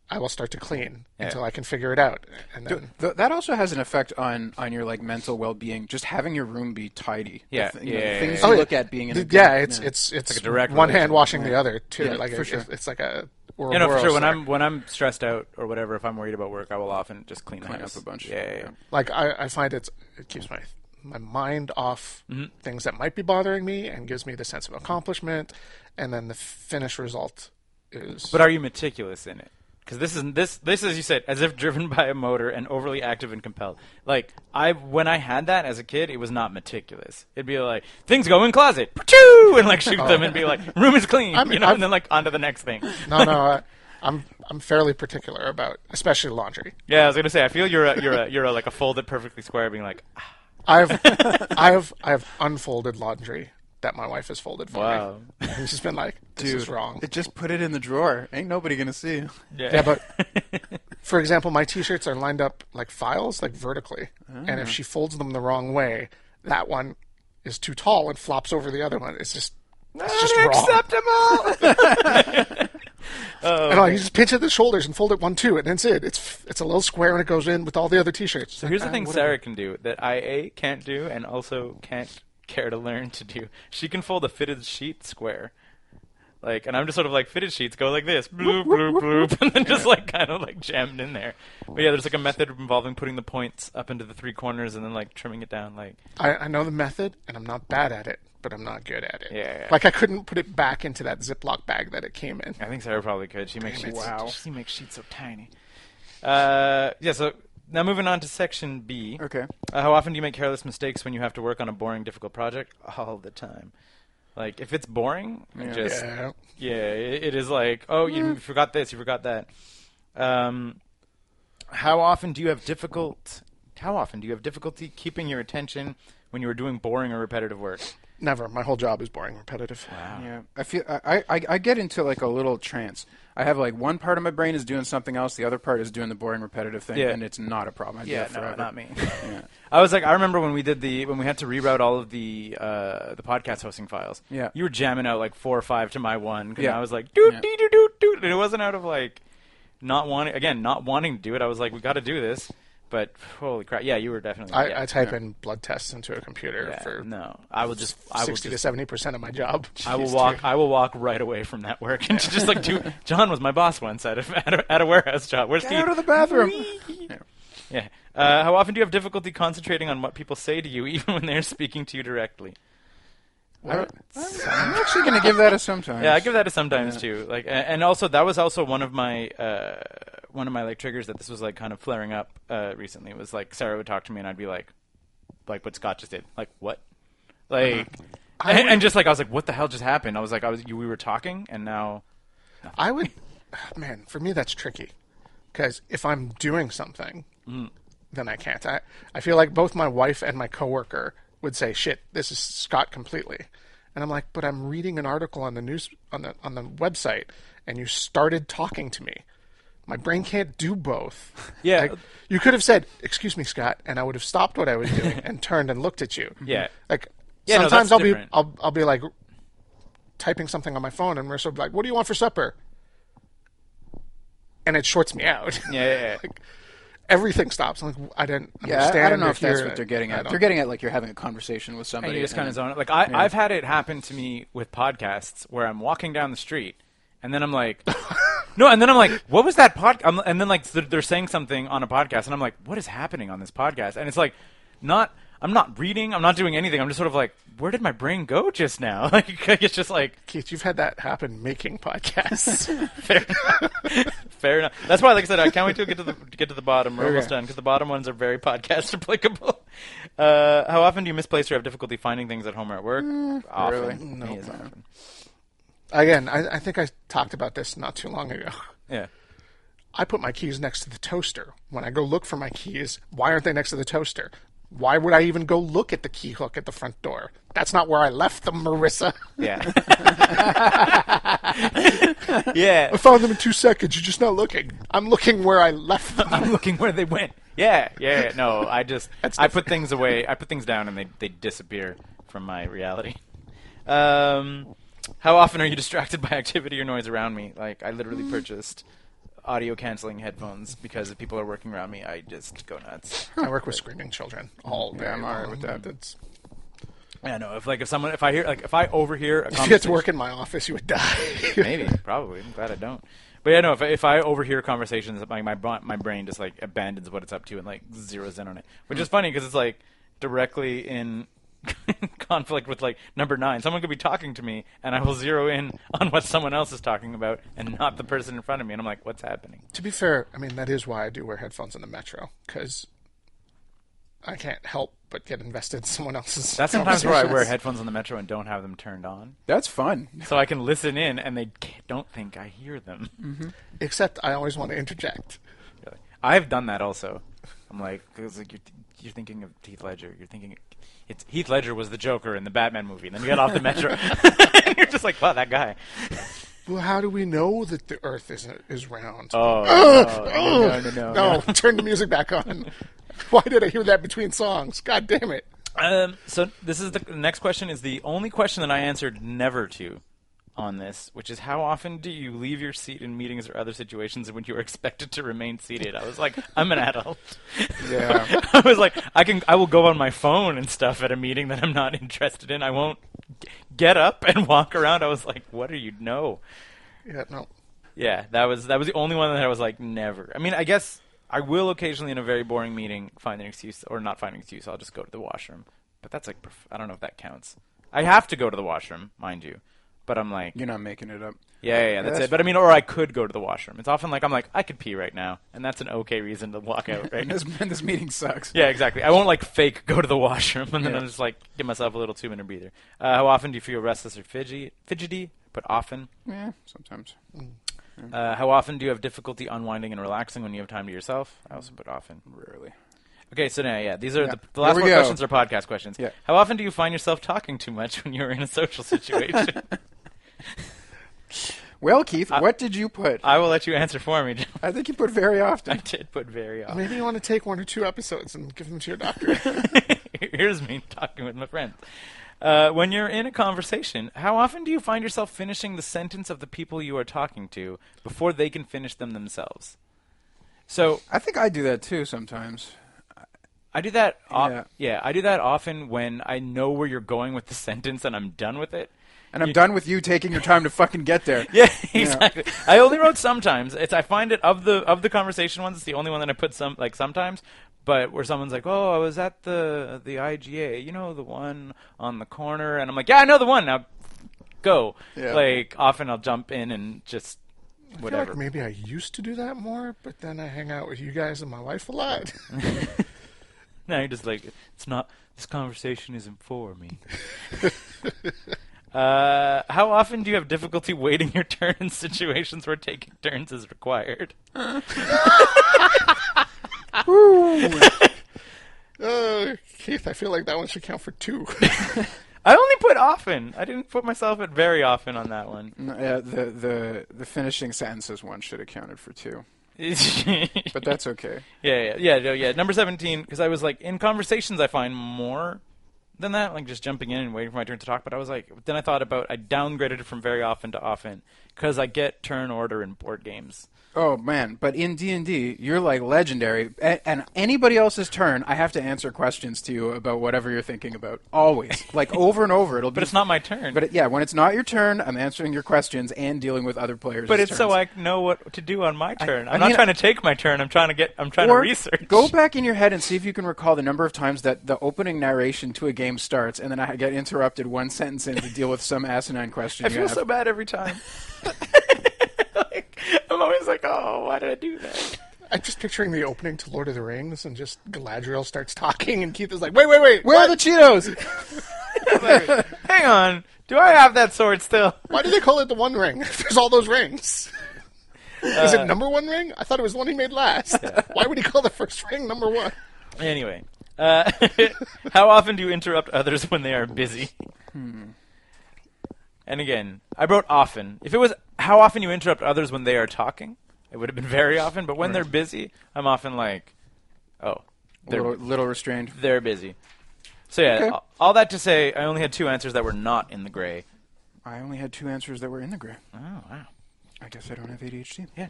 I will start to clean until I can figure it out, and then Th- that also has an effect on on your like mental well being. Just having your room be tidy. Yeah, The th- you know, yeah, the yeah, things yeah. you Oh, look at being in. A yeah, it's it's it's a direct one relation. hand washing the other too. Yeah, like for it- sure. it's, it's like a You know, for Ouroboros sure. When there. I'm when I'm stressed out or whatever, if I'm worried about work, I will often just clean, the Clean house up a bunch. Yeah, yeah, yeah. Yeah. like I, I find it's it keeps my my mind off Mm-hmm. things that might be bothering me and gives me the sense of accomplishment, and then the finished result is But are you meticulous in it? Because this is this this as you said, as if driven by a motor and overly active and compelled. Like I, when I had that as a kid, it was not meticulous. It'd be like things go in closet, pachoo, and like shoot them and be like room is clean, I'm- you know, I'm- and then like onto the next thing. No, no. I, I'm I'm fairly particular about, especially laundry. Yeah, I was gonna say. I feel you're a, you're a, you're a, like a folded perfectly square, being like, "Ah, I've I've I've unfolded laundry that my wife has folded for Wow. me. And she's been like, "This is wrong." It just put it in the drawer. Ain't nobody gonna see. Yeah, but for example, my T-shirts are lined up like files, like vertically, and Ah. if she folds them the wrong way, that one is too tall and flops over the other one. It's just Ah, it's just wrong. acceptable. And I just pinch at the shoulders and fold it one two, and that's it. It's it's a little square and it goes in with all the other T-shirts. so here's the thing Sarah can do that I a can't do and also can't care to learn to do. She can fold a fitted sheet square. Like, and I'm just sort of like fitted sheets go like this, bloop bloop bloop, and then just like kind of like jammed in there. But yeah, there's like a method involving putting the points up into the three corners and then like trimming it down. Like, I, I know the method, and I'm not bad at it, but I'm not good at it. Yeah, yeah. Like I couldn't put it back into that Ziploc bag that it came in. I think Sarah probably could. She makes sheets. Wow. She makes sheets so tiny. Uh, yeah. So now moving on to section B. Okay. Uh, how often do you make careless mistakes when you have to work on a boring, difficult project? All the time. Like if it's boring, I just yeah, Yeah. it, it is like oh you forgot this, you forgot that. Um, how often do you have difficult? How often do you have difficulty keeping your attention when you are doing boring or repetitive work? Never. My whole job is boring, repetitive. Yeah, I feel I, I I get into like a little trance. I have like one part of my brain is doing something else, the other part is doing the boring, repetitive thing, Yeah. and it's not a problem. I do Yeah, it no, forever. not me. Yeah. I was like, I remember when we did the when we had to reroute all of the uh, the podcast hosting files. Yeah. you were jamming out like four or five to my one. 'cause Yeah. I was like, doot Yeah. dee doo doot doot, and it wasn't out of like not wanting again, not wanting to do it. I was like, we got to do this, but holy crap, yeah, you were definitely. I, yeah, I type in blood tests into a computer yeah, for no, I will just I will sixty to just. seventy percent of my job. I will walk. I will walk right away from that work and just like do. John was my boss once at a, at a, at a warehouse job. Where's Get Steve? out of the bathroom. Yeah. Uh, how often do you have difficulty concentrating on what people say to you, even when they're speaking to you directly? I, I'm actually gonna give that a sometimes. Yeah, I give that a sometimes too. Like, a- and also that was also one of my uh, one of my like triggers that this was like kind of flaring up uh, recently. Was like Sarah would talk to me and I'd be like, like what Scott just did, like what, like, and, and just like Uh-huh. I was like, what the hell just happened? I was like, I was you, we were talking and now I would, man, for me that's tricky, because if I'm doing something, Mm. then I can't. I I feel like both my wife and my coworker would say, "Shit, this is Scott completely," and I'm like, "But I'm reading an article on the news on the on the website, and you started talking to me. My brain can't do both." Yeah. Like, you could have said, "Excuse me, Scott," and I would have stopped what I was doing and turned and looked at you. Yeah. Like Yeah, no, sometimes that's I'll different. be I'll I'll be like typing something on my phone and Marissa will be like, What do you want for supper? And it shorts me out. yeah, yeah, yeah. like everything stops. I'm like I didn't Yeah, understand. I, I don't know if that's you're- what they're getting I at. don't- They're getting at like you're having a conversation with somebody. and you just kind of and- zone it. Like I, I've had it happen to me with podcasts where I'm walking down the street and then I'm like, no, and then I'm like, what was that podcast? And then like they're, they're saying something on a podcast, and I'm like, what is happening on this podcast? And it's like, not. I'm not reading. I'm not doing anything. I'm just sort of like, where did my brain go just now? Like it's just like Keith, you've had that happen making podcasts. fair, fair enough. That's why, like I said, I can't wait to get to the to get to the bottom. We're almost done because the bottom ones are very podcast applicable. Uh, how often do you misplace or have difficulty finding things at home or at work? often. really? No, often. Again, I, I think I talked about this not too long ago. Yeah. I put my keys next to the toaster. When I go look for my keys, why aren't they next to the toaster? Why would I even go look at the key hook at the front door? That's not where I left them, Marissa. Yeah. yeah. I found them in two seconds. You're just not looking. I'm looking where I left them. I'm looking where they went. Yeah, yeah, yeah. No, I just That's I put things away. I put things down and they they disappear from my reality. Um how often are you distracted by activity or noise around me? Like I literally purchased audio canceling headphones because if people are working around me, I just go nuts. I work with screaming children all day. I'm all right with that. That's, Yeah, no. If like if someone if I hear like if I overhear a if you had to conversation, work in my office, you would die. maybe probably i'm glad i don't but yeah no if, I- if i overhear conversations my, my bra- my brain just like abandons what it's up to and like zeroes in on it which is funny because it's like directly in conflict with like number nine someone could be talking to me and i will zero in on what someone else is talking about and not the person in front of me and i'm like what's happening to be fair, I mean that is why I do wear headphones in the metro because I can't help but get invested in someone else's. That's sometimes where I wear conversations. headphones on the metro and don't have them turned on, That's fun. so I can listen in and they ca- don't think I hear them. Except I always want to interject. Really. I've done that also. I'm like, 'cause, like you're, th- you're thinking of Heath Ledger. You're thinking it's Heath Ledger was the Joker in the Batman movie, and then you get off the metro. and you're just like, wow, that guy. Well, how do we know that the Earth is is round? Oh, Oh, no, no, no, turn the music back on. Why did I hear that between songs? God damn it! Um, so this is the, the next question is the only question that I answered never to on this, which is how often do you leave your seat in meetings or other situations when you are expected to remain seated? I was like, I'm an adult. Yeah. I was like, I can, I will go on my phone and stuff at a meeting that I'm not interested in. I won't g- get up and walk around. I was like, what are you? No. Yeah, no. Yeah, that was that was the only one that I was like never. I mean, I guess I will occasionally in a very boring meeting find an excuse or not find an excuse. I'll just go to the washroom, but that's like pref- I don't know if that counts. I have to go to the washroom, mind you, but I'm like, yeah, You're not making it up. yeah, yeah that's That's it. But I mean, or I could go to the washroom. It's often like I'm like I could pee right now, and that's an okay reason to walk out right now. This, this meeting sucks. Yeah, exactly. I won't like fake go to the washroom and then Yeah. I'm just like give myself a little two minute breather. Uh, how often do you feel restless or fidgety? Fidgety, but often. Yeah, sometimes. Uh, how often do you have difficulty unwinding and relaxing when you have time to yourself? I also put often. Rarely. Okay, so now, yeah, these are the, the Here last we four go. questions are podcast questions. Yeah. How often do you find yourself talking too much when you're in a social situation? Well, Keith, what did you put? I, I will let you answer for me. John. think you put very I often. did put very often. Maybe you want to take one or two episodes and give them to your doctor. Here's me talking with my friends. Uh, when you're in a conversation, how often do you find yourself finishing the sentence of the people you are talking to before they can finish them themselves? So I think I do that too sometimes. I do that. Op- yeah. Yeah. I do that often when I know where you're going with the sentence and I'm done with it. And I'm done with you taking your time to fucking get there. Yeah, exactly. I only wrote sometimes. It's I find it of the of the conversation ones. It's the only one that I put some like sometimes. But where someone's like, "Oh, I was at the the IGA, you know, the one on the corner," and I'm like, "Yeah, I know the one." Now, go. Yeah. Like often I'll jump in and just I feel whatever. like maybe I used to do that more, but then I hang out with you guys and my wife a lot. No, you're just like, it's not. This conversation isn't for me. uh, how often do you have difficulty waiting your turn in situations where taking turns is required? uh, Keith, I feel like that one should count for two. I only put often. I didn't put myself at very often on that one. No, yeah, the, the, the finishing sentences one should have counted for two. but But that's okay. yeah, yeah, yeah, yeah, yeah. Number seventeen, because I was like in conversations, I find more than that, like just jumping in and waiting for my turn to talk. But I was like, then I thought about I downgraded it from very often to often because I get turn order in board games. Oh man, but in D and D, you're like legendary, and, and anybody else's turn, I have to answer questions to you about whatever you're thinking about. Always, like over and over, it'll. But it's not my turn. But it, yeah, when it's not your turn, I'm answering your questions and dealing with other players. But it's so I know what to do on my turn. I, am I mean, not trying to take my turn. I'm trying to get. I'm trying to Or research. Go back in your head and see if you can recall the number of times that the opening narration to a game starts, and then I get interrupted one sentence in to deal with some asinine question. I you feel have. so bad every time. like, I'm always like, oh, why did I do that? I'm just picturing the opening to Lord of the Rings and just Galadriel starts talking and Keith is like, wait, wait, wait, Where what? are the Cheetos? Hang on. Do I have that sword still? Why do they call it the One Ring? There's all those rings. Is Uh, it number one ring? I thought it was the one he made last. Why would he call the first ring number one? Anyway, uh, how often do you interrupt others when they are busy? Hmm. And again, I wrote often. If it was how often you interrupt others when they are talking, it would have been very often. But when they're busy, I'm often like, oh, they're little, little restrained. they're busy. So yeah, Okay. a- all that to say, I only had two answers that were not in the gray. I only had two answers that were in the gray. Oh wow. I guess I don't have ADHD. Yeah.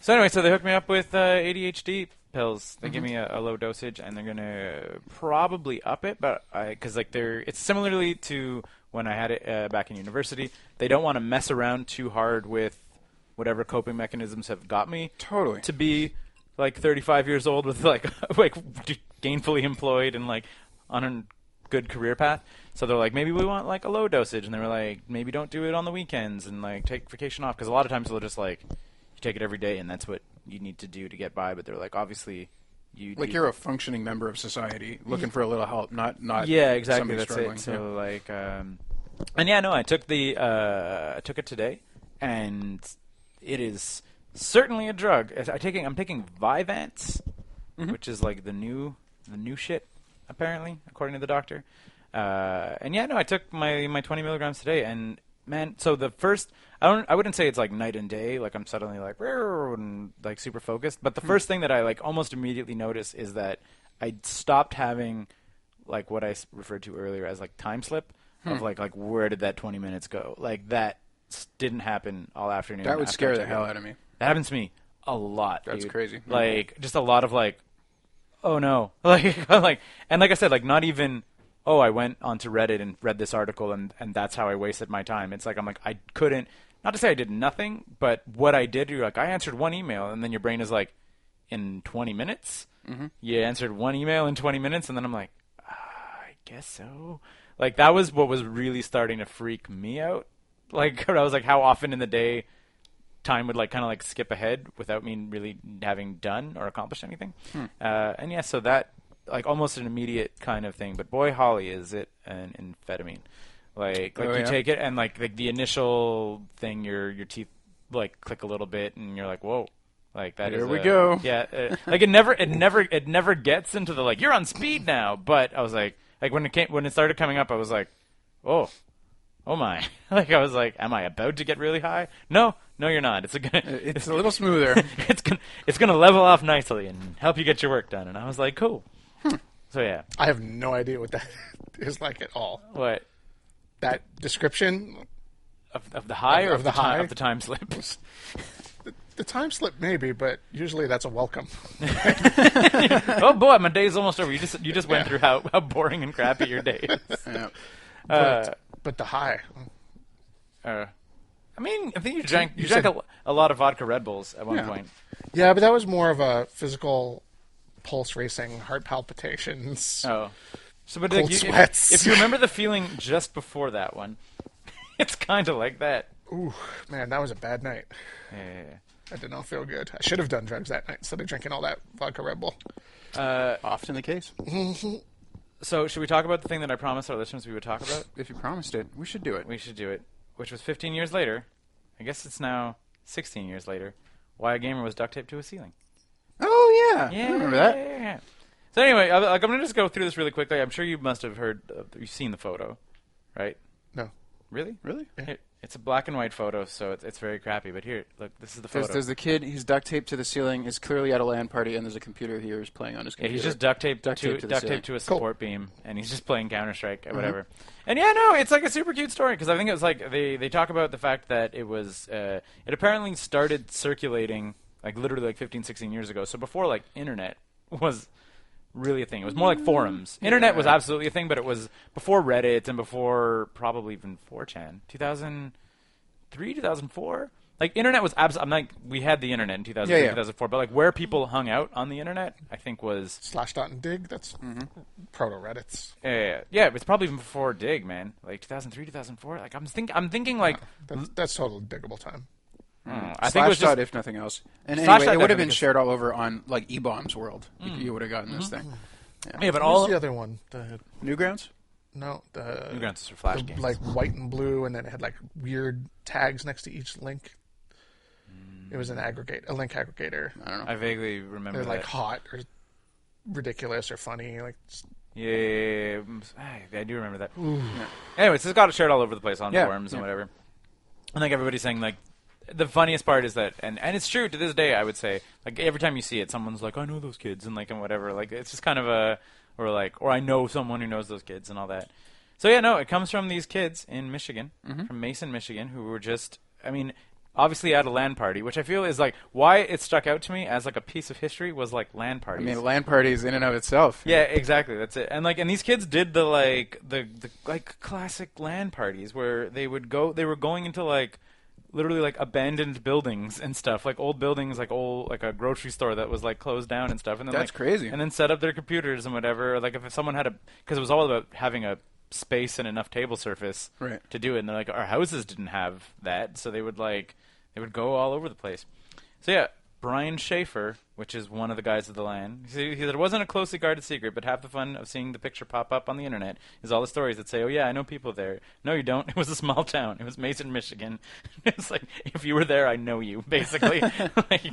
So anyway, so they hooked me up with uh, ADHD pills. They give me a, a low dosage, and they're gonna probably up it, but because like they're it's similarly to when I had it uh, back in university. They don't want to mess around too hard with whatever coping mechanisms have got me. Totally. To be like 35 years old with like like gainfully employed and like on a good career path. So they're like, maybe we want like a low dosage, and they were like, maybe don't do it on the weekends and like take vacation off because a lot of times they'll just like you take it every day and that's what you need to do to get by. But they're like, obviously you Like do- you're a functioning member of society looking for a little help, not not yeah exactly somebody that's struggling. it Yeah. so like um and yeah no i took the uh i took it today and it is certainly a drug As i taking i'm taking vivance Mm-hmm. which is like the new the new shit apparently according to the doctor uh and yeah no i took my my 20 milligrams today and man so the first i don't i wouldn't say it's like night and day like i'm suddenly like "Rrrr," and like super focused but the Hmm. first thing that i like almost immediately notice is that i stopped having like what I s- referred to earlier as like time slip Hmm. of like like where did that 20 minutes go? Like that s- didn't happen all afternoon. That would after I scare the took hell it. out of me. That happens to me a lot. That's dude. crazy. Mm-hmm. Like just a lot of like oh no. Like I'm like and like I said like not even oh I went onto Reddit and read this article and and that's how I wasted my time. It's like I'm like I couldn't not to say I did nothing, but what I did, you're like I answered one email and then your brain is like in 20 minutes. Mm-hmm. You answered one email in 20 minutes and then I'm like I guess so. Like that was what was really starting to freak me out. Like I was like, how often in the day time would like kind of like skip ahead without me really having done or accomplished anything. Hmm. Uh, and yeah, so that like almost an immediate kind of thing. But boy, Holly, is it an amphetamine? Like like Oh, you yeah? take it and like like the initial thing, your your teeth like click a little bit, and you're like, whoa. Like that is Here we a- go. Yeah, uh, like it never, it never, it never gets into the like you're on speed now. But I was like, like when it came, when it started coming up, I was like, oh, oh my! Like I was like, am I about to get really high? No, no, you're not. It's a gonna, Uh, It's a little smoother. it's gonna, it's gonna level off nicely and help you get your work done. And I was like, cool. So yeah, I have no idea what that is like at all. what That description, of, of the high Of- or of the ti- high? of the time slips? the time slip maybe, but usually that's a welcome. oh boy, my day's almost over. You just you just went through how, how boring and crappy your day is. Yeah. Uh, But the high, Uh, I mean, I think you drank you, you drank said- a, a lot of vodka Red Bulls at one Yeah. point. yeah, but that was more of a physical pulse racing, heart palpitations. Oh, so but like, Cold you, if, sweats. if you remember the feeling just before that one, it's kind of like that. Ooh, man, that was a bad night. Yeah. I did not feel good. I should have done drugs that night instead of drinking all that vodka Red Bull. Uh, Often the case. So should we talk about the thing that I promised our listeners we would talk about? If you promised it, we should do it. We should do it, which was 15 years later. I guess it's now 16 years later. Why a gamer was duct taped to a ceiling. Oh yeah. Yeah, I remember that. yeah, yeah, yeah. So anyway, I, like, I'm gonna just go through this really quickly. I'm sure you must have heard, of, you've seen the photo, right? No. Really? Really? Here- it's a black and white photo, so it's, it's very crappy. But here, look, this is the There's, photo. there's the kid. He's duct taped to the ceiling. Is clearly at a land party, and there's a computer here who's playing on his yeah, computer. he's just duct taped Duct to taped to the duct ceiling. taped to a support beam, and he's just playing Counter Strike or Mm-hmm. whatever. And yeah, no, it's like a super cute story because I think it was like they they talk about the fact that it was uh, it apparently started circulating like literally like 15, 16 years ago. So before like internet was really a thing. It was more like forums. Internet was absolutely a thing, but it was before Reddit and before probably even 4chan. 2003, 2004? Like internet was abs- I'm like we had the internet in 2003, Yeah, yeah. 2004, but like where people hung out on the internet, I think was Slash dot and dig. That's Mm-hmm. proto Reddits. yeah, yeah, eh, yeah. It's probably even before Dig, man. Like 2003, 2004. Like I'm think I'm thinking like That's, that's total diggable time. mm, I think it Slash was just dot, if nothing else. And Slash anyway, dot it would have definitely been gets- shared all over on like E-bombs world. You- Mm. You, would have gotten this Mm-hmm. thing. yeah, but What's all the other one? The Newgrounds. no the Newgrounds for Flash the, games. like white and blue, and then it had like weird tags next to each link. It was an aggregate, a link aggregator. I don't know. Mm. I vaguely remember They're like that. hot or ridiculous or funny. Like s- Yeah, yeah, yeah, yeah. Mm, I- I do remember that. Anyways, it's got it shared all over the place on Yeah, forums and yeah. whatever. And like everybody's saying, like the funniest part is that, and and it's true to this day. I would say, like every time you see it, someone's like, "I know those kids," and like and whatever. Like it's just kind of a or like or I know someone who knows those kids and all that. So yeah, no, it comes from these kids in Michigan, Mm-hmm. from Mason, Michigan, who were just, I mean. Obviously, at a land party, which I feel is like why it stuck out to me as like a piece of history was like land I parties. mean, land parties in and of itself. Yeah, exactly. That's it. And like, and these kids did the like the, the like classic land parties where they would go. They were going into like literally like abandoned buildings and stuff, like old buildings, like old like a grocery store that was like closed down and stuff. And then That's like, crazy. And then set up their computers and whatever. Like if someone had a because it was all about having a space and enough table surface Right. to do it. And they're like, our houses didn't have that, so they would like they would go all over the place. So yeah, Brian Schaefer, which is one of the guys of the line, he said it wasn't a closely guarded secret, but half the fun of seeing the picture pop up on the internet is all the stories that say, "Oh yeah, I know people there." No, you don't. It was a small town. It was Mason, Michigan. it's like if you were there, I know you, basically. like,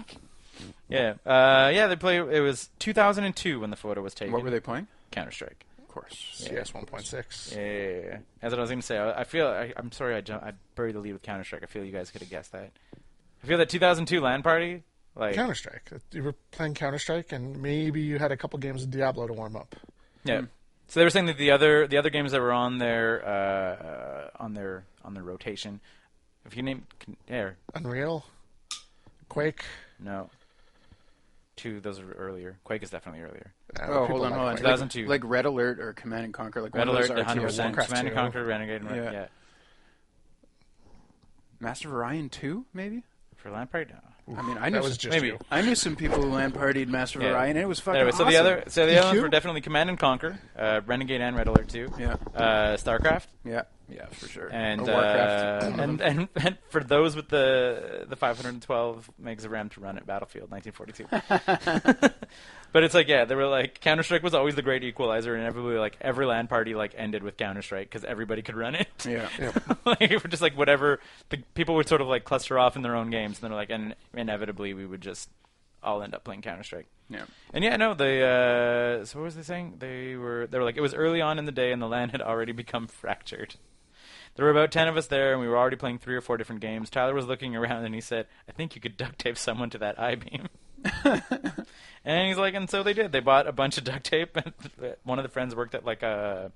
yeah, uh, yeah. They play. It was 2002 when the photo was taken. What were they playing? Counter Strike. Of course. CS 1.6. Yeah, yeah, yeah, yeah. That's what I was going to say. I, I feel. I, I'm sorry. I, jump, I buried the lead with Counter Strike. I feel you guys could have guessed that. I feel that 2002 LAN party. Like, Counter Strike. You were playing Counter Strike, and maybe you had a couple games of Diablo to warm up. yeah. So they were saying that the other the other games that were on their uh, uh, on their on their rotation. If you name can, there, Unreal, Quake. no. Two, those are earlier. Quake is definitely earlier. Uh, Oh, people hold on, like hold on. Quake. Like- 2002. Like Red Alert or Command and Conquer. Like Red one Alert, of those 100. RTS percent Warcraft Command and two. Conquer, Renegade, and Yeah. yeah. Master of Orion two, maybe. For LAN party, no. I mean, I knew That was some- just Maybe. you. I knew some people who land partied Master of Yeah. Orion, and it was fucking Anyway, so the awesome. other so the other ones EQ? were definitely Command and Conquer, uh, Renegade, and Red Alert Two. Yeah. Uh, Starcraft. yeah, yeah, for sure. and Or Warcraft. uh, and, and and for those with the the 512 megs of RAM to run at Battlefield 1942. but it's like yeah, they were like Counter Strike was always the great equalizer, and everybody like every LAN party like ended with Counter Strike because everybody could run it. Yeah. like we were just like whatever the people would sort of like cluster off in their own games, and then like and inevitably we would just all end up playing Counter Strike. yeah. And yeah, no, they. Uh, so what was they saying? They were they were like it was early on in the day, and the land had already become fractured. There were about ten of us there, and we were already playing three or four different games. Tyler was looking around, and he said, "I think you could duct tape someone to that I beam." and he's like, and so they did. They bought a bunch of duct tape. And one of the friends worked at like a,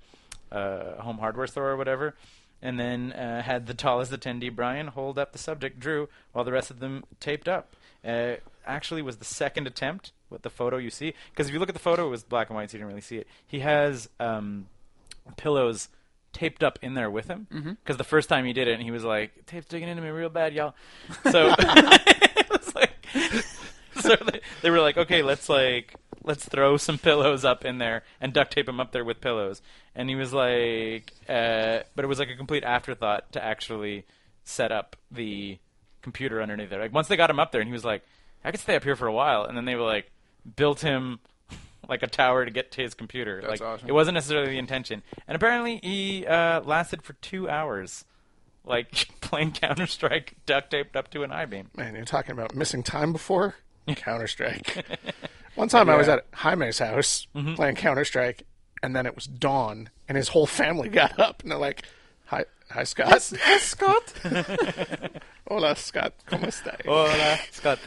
a home hardware store or whatever, and then uh, had the tallest attendee, Brian, hold up the subject, Drew, while the rest of them taped up. Uh, actually, was the second attempt with the photo you see because if you look at the photo, it was black and white, so you didn't really see it. He has um, pillows taped up in there with him because the first time he did it, and he was like, "Tape's digging into me real bad, y'all." So it was like, so they, they were like, "Okay, let's like let's throw some pillows up in there and duct tape him up there with pillows." And he was like, uh, "But it was like a complete afterthought to actually set up the computer underneath there." Like once they got him up there, and he was like, "I could stay up here for a while," and then they were like, built him. Like a tower to get to his computer. That's like awesome. it wasn't necessarily the intention. And apparently, he uh, lasted for two hours, like playing Counter Strike, duct taped up to an I beam. Man, you're talking about missing time before Counter Strike. One time I was at Jaime's house Mm-hmm. playing Counter Strike, and then it was dawn, and his whole family got up, and they're like, "Hi, hi, Scott. Scott. Hola, Scott. ¿Cómo estás?" Hola, Scott.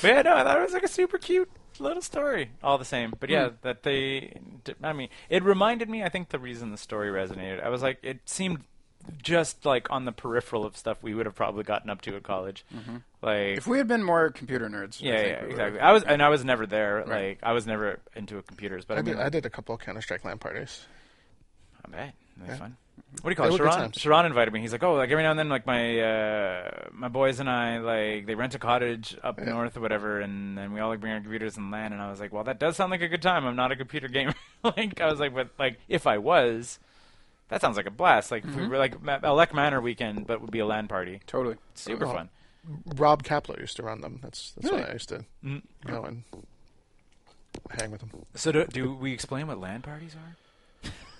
But yeah, no, I thought it was like a super cute little story, all the same. But Hmm. yeah, that they, d- I mean, it reminded me. I think the reason the story resonated, I was like, it seemed just like on the peripheral of stuff we would have probably gotten up to at college. Like, Mm-hmm. if we had been more computer nerds, I yeah, think we yeah, would exactly. have- I was, and I was never there. Like, I was never into computers, but I, I mean, did, I did a couple of Counter Strike LAN parties. I bet. That'd be fun. What do you call They it? were good Sharon, times. Sharon invited me. He's like, oh, like every now and then, like my uh, my boys and I, like they rent a cottage up north or whatever, and then we all like bring our computers and LAN. And I was like, well, that does sound like a good time. I'm not a computer gamer. like I was like, but like if I was, that sounds like a blast. Like if Mm-hmm. we were like Ma- Elec Manor weekend, but would be a LAN party. totally. Super Oh. fun. Rob Kapler used to run them. That's that's when Really? I used to Mm. go and hang with him. So do, do we explain what LAN parties are?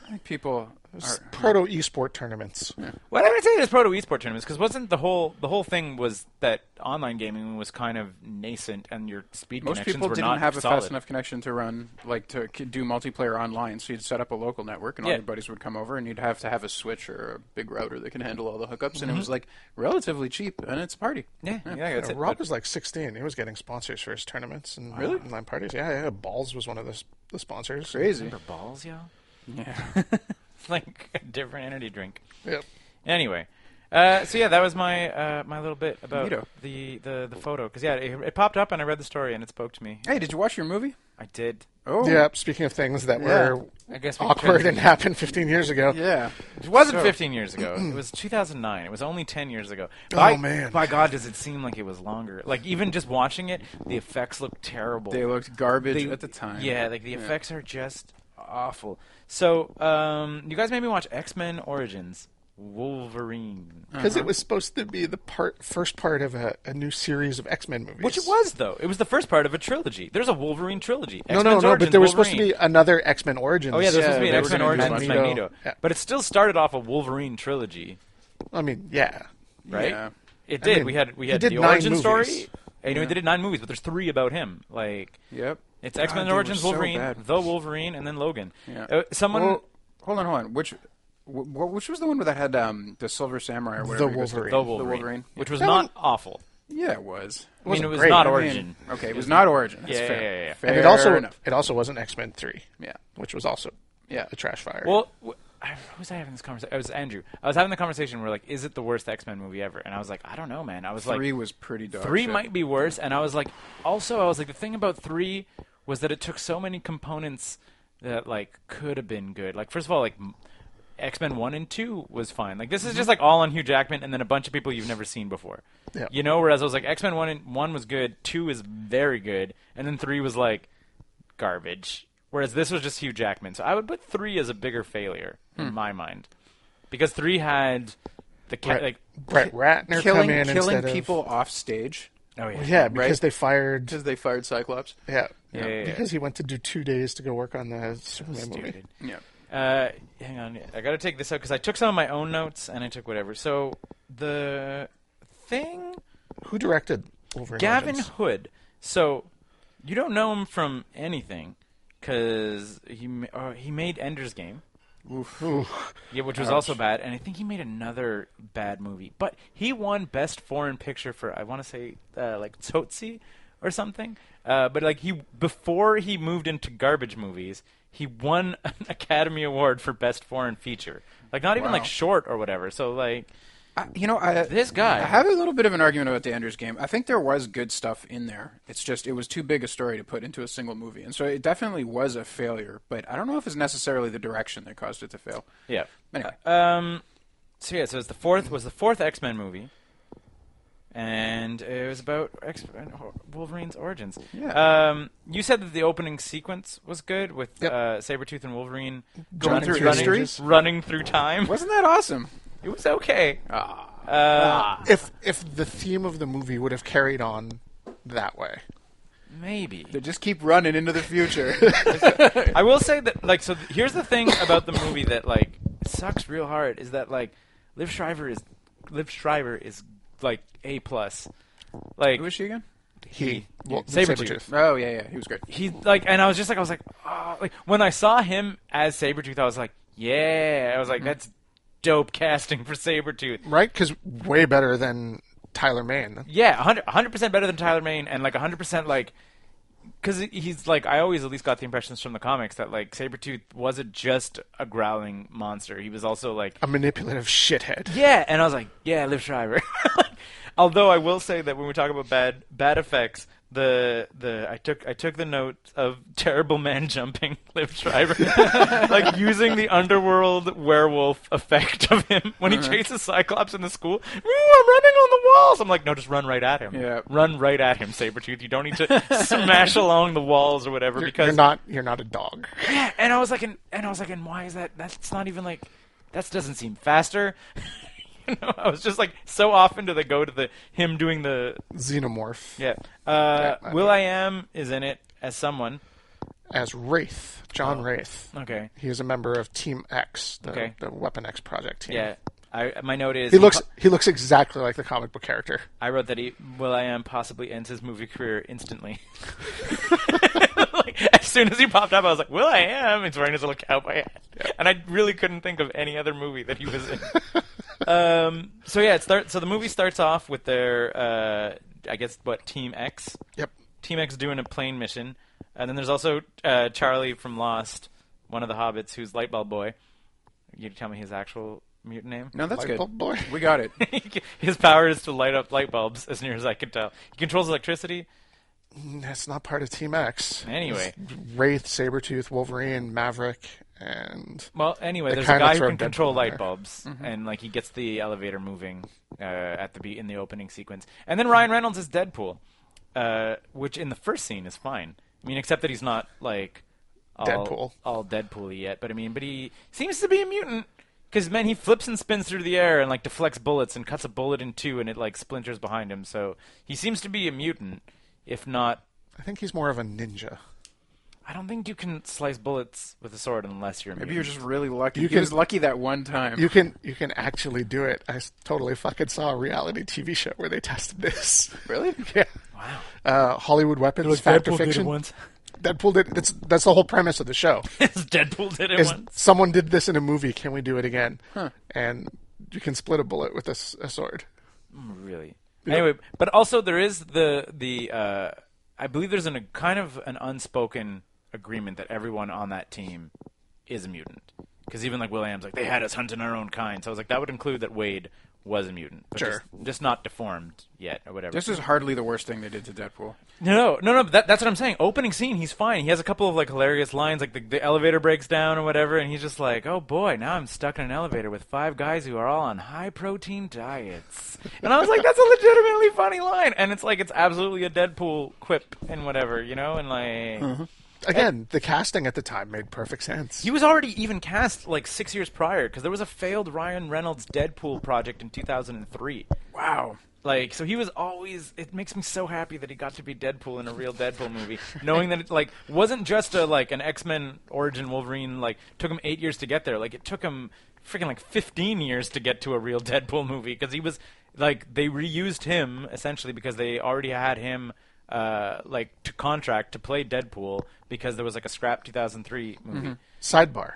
I think people It's are proto esport tournaments. Well, I would say there's proto esport tournaments because wasn't the whole the whole thing was that online gaming was kind of nascent and your speed most connections people were didn't not have a solid. fast enough connection to run like to c- do multiplayer online, so you'd set up a local network, and all Yeah. your buddies would come over, and you'd have to have a switch or a big router that can handle all the hookups, and it Mm-hmm. was like relatively cheap, and it's a party. Yeah, yeah, that's Yeah, it. Rob But- was like 16. He was getting sponsors for his tournaments and Really? online parties. Yeah, yeah. Balls was one of the, s- the sponsors. Crazy. Remember balls, y'all? Yeah. It's like a different energy drink. Yep. Anyway, uh, so yeah, that was my uh, my little bit about Neato. the, the the photo because yeah, it, it popped up and I read the story and it spoke to me. hey, did you watch your movie? I did. Oh, Yep. Speaking of things that Yeah. were I guess we can awkward transition. and happened 15 years ago. Yeah. It wasn't So- 15 years ago. It was 2009. It was only 10 years ago. Oh, By- man. By God, does it seem like it was longer? Like even just watching it, the effects look terrible. They looked garbage They- at the time. Yeah, like the effects are just awful. So, um, you guys made me watch X Men Origins. Wolverine, because it was supposed to be the part first part of a, a new series of X Men movies. which it was though. It was the first part of a trilogy. There's a Wolverine trilogy. No, no, X-Men's no. Origins But there was supposed to Wolverine. be another X Men Origins. Oh yeah, there's supposed to be an they X Men were gonna do Origins Magneto. Magneto, Yeah. but it still started off a Wolverine trilogy, I mean, yeah. right? Yeah. It did. mean, we had we he had did the nine origin story. movies. You know, he did it nine movies, but there's three about him. Like Yep. it's X Men God, they were Origins so Wolverine, bad. the Wolverine, and then Logan. Yeah. Uh, someone. Well, hold on, hold on. Which, wh- wh- which was the one that had um, the Silver Samurai or whatever? he was- Wolverine. the Wolverine, Wolverine. which was That not one- awful. Yeah, it was. I mean, it was great. not I mean, I mean, Origin. okay, it was not Origin. That's Yeah, fair. yeah, yeah, yeah. Fair and it also enough. it also wasn't X Men Three. Yeah. which was also Yeah. a trash fire. Well, wh- I, who was I having this conversation? It was Andrew. I was having the conversation where like, is it the worst X Men movie ever? And I was like, I don't know, man. I was like, Three was pretty dog three shit. might be worse and i was like also i was like the thing about three was that it took so many components that like could have been good like first of all like m- x-men 1 and 2 was fine like this is just like all on hugh jackman and then a bunch of people you've never seen before Mm-hmm. Yeah. you know whereas i was like x-men 1 and 1 was good 2 is very good and then 3 was like garbage whereas this was just hugh jackman so i would put 3 as a bigger failure Hmm. in my mind because 3 had the ca- Brett, like Brett Ratner killing come in killing instead of- people off stage oh Yeah, because right? they fired. because they fired Cyclops. Yeah. yeah, yeah, yeah. Because he went to do two days to go work on the Superman movie. stupid Yeah. Uh, hang on. I gotta take this out because I took some of my own notes and I took whatever. So the thing, Who directed Wolverine? Gavin Origins? Hood. So you don't know him from anything because he ma- uh, he made Ender's Game, Ooh. yeah, which was also bad, and I think he made another bad movie. But he won Best Foreign Picture for I want to say uh, like Tsotsi or something. Uh, but like he before he moved into garbage movies, he won an Academy Award for Best Foreign Feature. Like not even Wow. like short or whatever. So like I, you know, I, This guy. I have a little bit of an argument about the Anders game. I think there was good stuff in there. It's just it was too big a story to put into a single movie, and so it definitely was a failure. But I don't know if it's necessarily the direction that caused it to fail. yeah. Anyway, Um. So yeah. So it's the fourth was the fourth X Men movie, and it was about X Men Wolverine's origins. Yeah. Um. You said that the opening sequence was good with Yep. uh, Sabretooth and Wolverine Going running- through running, history? running through time. wasn't that awesome? It was okay. Uh, Ah. If if the theme of the movie would have carried on that way, Maybe. They just keep running into the future. I will say that like so. th- here's the thing about the movie that like sucks real hard is that like Liv Shriver is Liv Shriver is like a plus. Like Who was she again? he well, Sabretooth. Oh yeah, yeah, he was great. he like and I was just like I was like oh like when I saw him as Sabretooth I was like yeah I was like that's dope casting for Sabretooth right? Because way better than Tyler Mann. yeah 100 percent better than Tyler Mane and like hundred percent like because he's like I always at least got the impressions from the comics that like Sabretooth wasn't just a growling monster he was also like A manipulative shithead. Yeah, and I was like, yeah, Liv Shriver. Although I will say that when we talk about bad bad effects, the the I took I took the note of terrible man jumping Liv Shriver, like using the underworld werewolf effect of him when he Uh-huh. chases Cyclops in the school. Ooh, I'm running on the walls. I'm like, no, just run right at him. Yeah. run right at him, Sabretooth. You don't need to smash along the walls or whatever You're, because you're not you're not a dog. yeah, and I was like, and, and I was like, and why is that? That's not even like, that doesn't seem faster. you know, I was just like so off into the go to the him doing the Xenomorph yeah. Uh, Yeah, I Will know. I am is in it as someone. as Wraith, Oh. John Wraith. Okay. He is a member of Team X, the, Okay. the Weapon X project team. Yeah. I my note is He looks he looks exactly like the comic book character. I wrote that he Will I am possibly ends his movie career instantly. Like, as soon as he popped up, I was like, Will I am? He's wearing his little cowboy hat, and I really couldn't think of any other movie that he was in. um, so yeah, it starts. So the movie starts off with their, uh, I guess, what Team X. Yep. Team X doing a plane mission, and then there's also uh, Charlie from Lost, one of the hobbits, who's Lightbulb Boy. You tell me his actual mutant name. No, that's Light good. bulb boy. We got it. His power is to light up light bulbs, as near as I can tell. He controls electricity. That's not part of Team X. Anyway. It's Wraith, Sabretooth, Wolverine, Maverick, and Well, anyway, there's a kinda guy who throw can Deadpool control in light there. bulbs, and like he gets the elevator moving uh, at the be- in the opening sequence. And then Ryan Reynolds is Deadpool, uh, which in the first scene is fine. I mean, except that he's not like all, Deadpool. all Deadpool yet. But I mean, but he seems to be a mutant. Because man, he flips and spins through the air and like deflects bullets and cuts a bullet in two, and it like splinters behind him. So he seems to be a mutant, if not. I think he's more of a ninja. I don't think you can slice bullets with a sword unless you're. A Maybe mutant. you're just really lucky. You he can- was lucky that one time. You can you can actually do it. I s- totally fucking saw a reality TV show where they tested this. really? yeah. Wow. Uh, Hollywood weapons, fact or fiction? Deadpool did. That's that's the whole premise of the show. Deadpool did it Is once. someone did this in a movie? Can we do it again? And you can split a bullet with a, s- a sword. Really. Anyway, but also there is the the uh, I believe there's an, a kind of an unspoken agreement that everyone on that team is a mutant. Because even like Williams, like they had us hunting our own kind. So I was like, that would include that Wade was a mutant, but Sure. just, just not deformed yet or whatever. This is hardly the worst thing they did to Deadpool. No, no, no. But that, that's what I'm saying. Opening scene, he's fine. He has a couple of like hilarious lines, like the, the elevator breaks down or whatever, and he's just like, "Oh boy, now I'm stuck in an elevator with five guys who are all on high protein diets." And I was like, "That's a legitimately funny line," and it's like it's absolutely a Deadpool quip and whatever, you know, and like. Again, the casting at the time made perfect sense. He was already even cast like six years prior because there was a failed Ryan Reynolds Deadpool project in 2003. Wow. Like, so he was always. It makes me so happy that he got to be Deadpool in a real Deadpool movie, knowing that it like wasn't just a like an X Men origin Wolverine. Like, took him eight years to get there. Like, it took him freaking like fifteen years to get to a real Deadpool movie because he was like they reused him essentially because they already had him. Uh, like to contract to play Deadpool because there was like a scrap 2003 movie. Sidebar.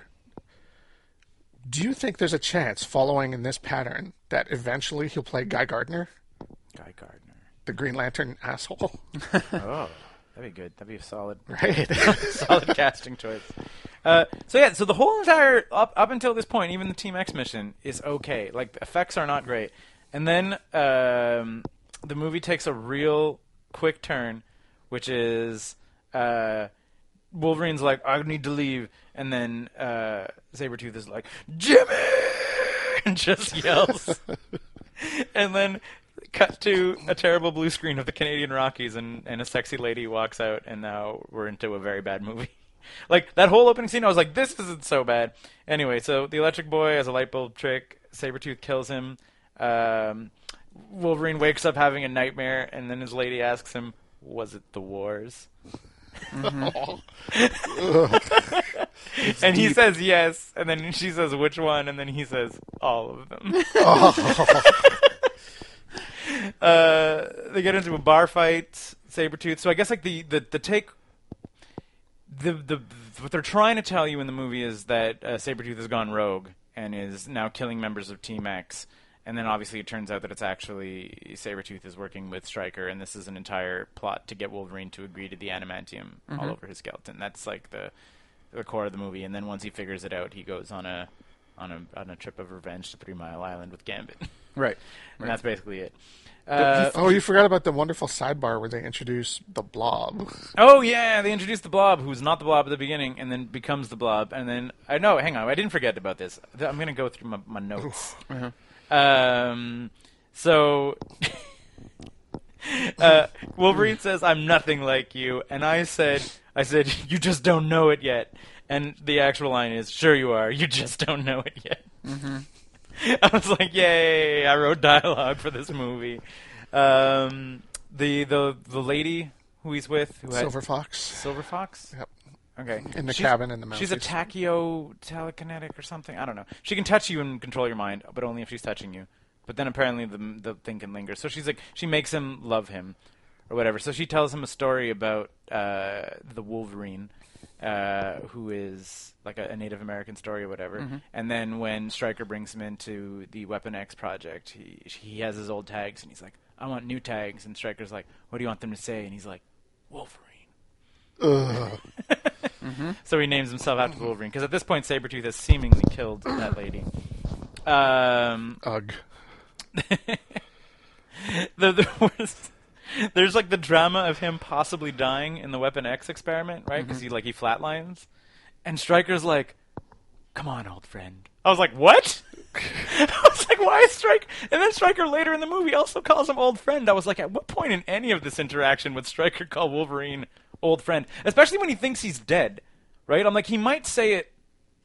Do you think there's a chance, following in this pattern, that eventually he'll play Guy Gardner, Guy Gardner. the Green Lantern asshole? Oh, that'd be good. That'd be a solid Right. solid casting choice. Uh, so yeah, so the whole entire up up until this point, even the Team X mission is okay. Like the effects are not great, and then um, the movie takes a real quick turn, which is uh, Wolverine's like, "I need to leave," and then uh, Sabretooth is like, "Jimmy!" and just yells. and then cut to a terrible blue screen of the Canadian Rockies, and, and a sexy lady walks out, and now we're into a very bad movie. Like that whole opening scene, I was like, "This isn't so bad." Anyway, so the Electric Boy has a light bulb trick. Sabretooth kills him. Um, Wolverine wakes up having a nightmare, and then his lady asks him, "Was it the wars?" and he says yes, and then she says which one, and then he says all of them. uh, they get into a bar fight, Sabretooth. So I guess like the the, the take the, the what they're trying to tell you in the movie is that uh, Sabretooth has gone rogue and is now killing members of Team X. And then obviously it turns out that it's actually Sabretooth is working with Stryker and this is an entire plot to get Wolverine to agree to the adamantium all over his skeleton. That's like the the core of the movie and then once he figures it out he goes on a on a on a trip of revenge to 3 Mile Island with Gambit. Right. and that's basically it. Uh, oh, you forgot about the wonderful sidebar where they introduce the Blob. Oh yeah, they introduced the Blob, who's not the Blob at the beginning, and then becomes the Blob, and then I know. Hang on, I didn't forget about this. Th- I'm gonna go through my, my notes. Um, so. Uh, Wolverine says, "I'm nothing like you," and I said, "I said you just don't know it yet." And the actual line is, "Sure you are. You just don't know it yet." I was like, "Yay! I wrote dialogue for this movie." Um, the the the lady who he's with, who had Silver Fox. Silver Fox, Yep. okay, In the She's- cabin in the mountains. She's a tachyo telekinetic or something. I don't know. She can touch you and control your mind, but only if she's touching you. But then apparently the the thing can linger. So she's like she makes him love him, or whatever. So she tells him a story about uh, the Wolverine, uh, who is like a, a Native American story or whatever. Mm-hmm. And then when Stryker brings him into the Weapon X project, he he has his old tags and he's like, I want new tags. And Stryker's like, What do you want them to say? And he's like, Wolverine. Ugh. So he names himself after the Wolverine because at this point Sabretooth has seemingly killed that lady. Um, Ugh. the, the worst. There's like the drama of him possibly dying in the Weapon X experiment, right? Because he Mm-hmm. like he flatlines, and Stryker's like, "Come on, old friend." I was like, "What?" I was like, "Why is Stryker?" And then Stryker later in the movie also calls him old friend. I was like, "At what point in any of this interaction would Stryker call Wolverine old friend?" Especially when he thinks he's dead, right? I'm like, he might say it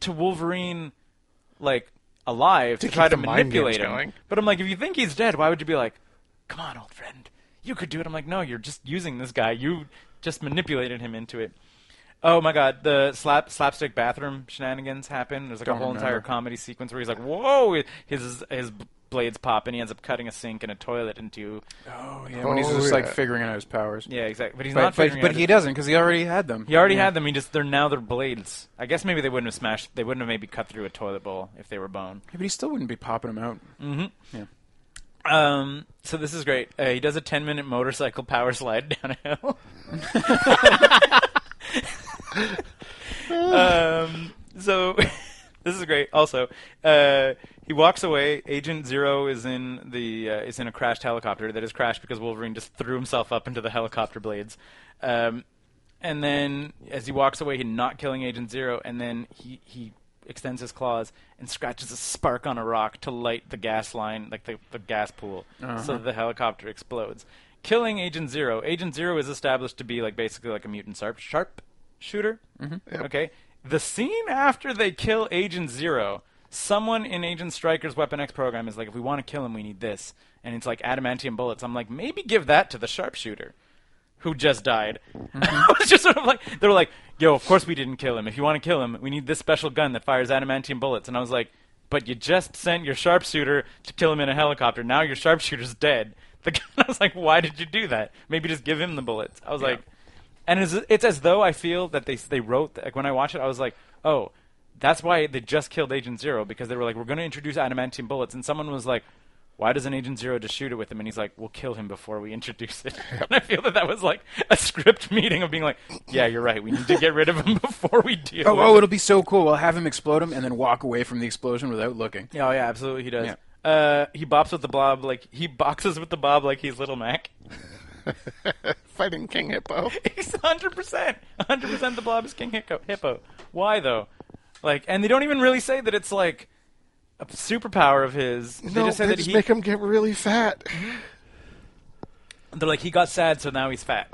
to Wolverine, like alive to, keep try to the mind games manipulate him. going. But I'm like, if you think he's dead, why would you be like, come on, old friend, you could do it? I'm like, no, you're just using this guy. You just manipulated him into it. Oh my god, the slap slapstick bathroom shenanigans happen. There's like Don't a whole entire remember. comedy sequence where he's like, whoa, his his blades pop, and he ends up cutting a sink and a toilet into. Oh yeah, when he's Oh, just like yeah. figuring out his powers. Yeah, exactly. But he's not. But but, figuring but out he his- doesn't because he already had them. He already Yeah. had them. He just they're now their blades. I guess maybe they wouldn't have smashed. They wouldn't have maybe cut through a toilet bowl if they were bone. Yeah, but he still wouldn't be popping them out. Mm-hmm. Um, so this is great. Uh, he does a 10 minute motorcycle power slide down a hill. um, so this is great. Also, uh, he walks away. Agent Zero is in the uh, is in a crashed helicopter that is crashed because Wolverine just threw himself up into the helicopter blades. Um, and then as he walks away, he not killing Agent Zero, and then he he extends his claws and scratches a spark on a rock to light the gas line, like the, the gas pool, so that the helicopter explodes, killing Agent Zero. Agent Zero is established to be like basically like a mutant sharp sharp shooter. Okay. The scene after they kill Agent Zero, someone in Agent Striker's Weapon X program is like, if we want to kill him, we need this. And it's like adamantium bullets. I'm like, maybe give that to the sharpshooter who just died. I was just sort of like, they were like, yo, of course we didn't kill him. If you want to kill him, we need this special gun that fires adamantium bullets. And I was like, but you just sent your sharpshooter to kill him in a helicopter. Now your sharpshooter's dead. The gun, I was like, why did you do that? Maybe just give him the bullets. I was like, and it's, it's as though I feel that they they wrote like when I watch it, I was like, oh, that's why they just killed Agent Zero because they were like, we're going to introduce adamantium bullets, and someone was like, why doesn't Agent Zero just shoot it with him? And he's like, we'll kill him before we introduce it. And I feel that that was like a script meeting of being like, yeah, you're right, we need to get rid of him before we do. Oh, oh, it'll be so cool. We'll have him explode him and then walk away from the explosion without looking. Yeah, oh yeah, absolutely he does. Yeah. Uh, he bops with the blob like he boxes with the blob like he's Little Mac. Fighting King Hippo. He's hundred percent, hundred percent. The blob is King Hippo. Hippo. Why though? Like, and they don't even really say that it's like a superpower of his. They no, just say they that just he. make him get really fat. They're like he got sad, so now he's fat.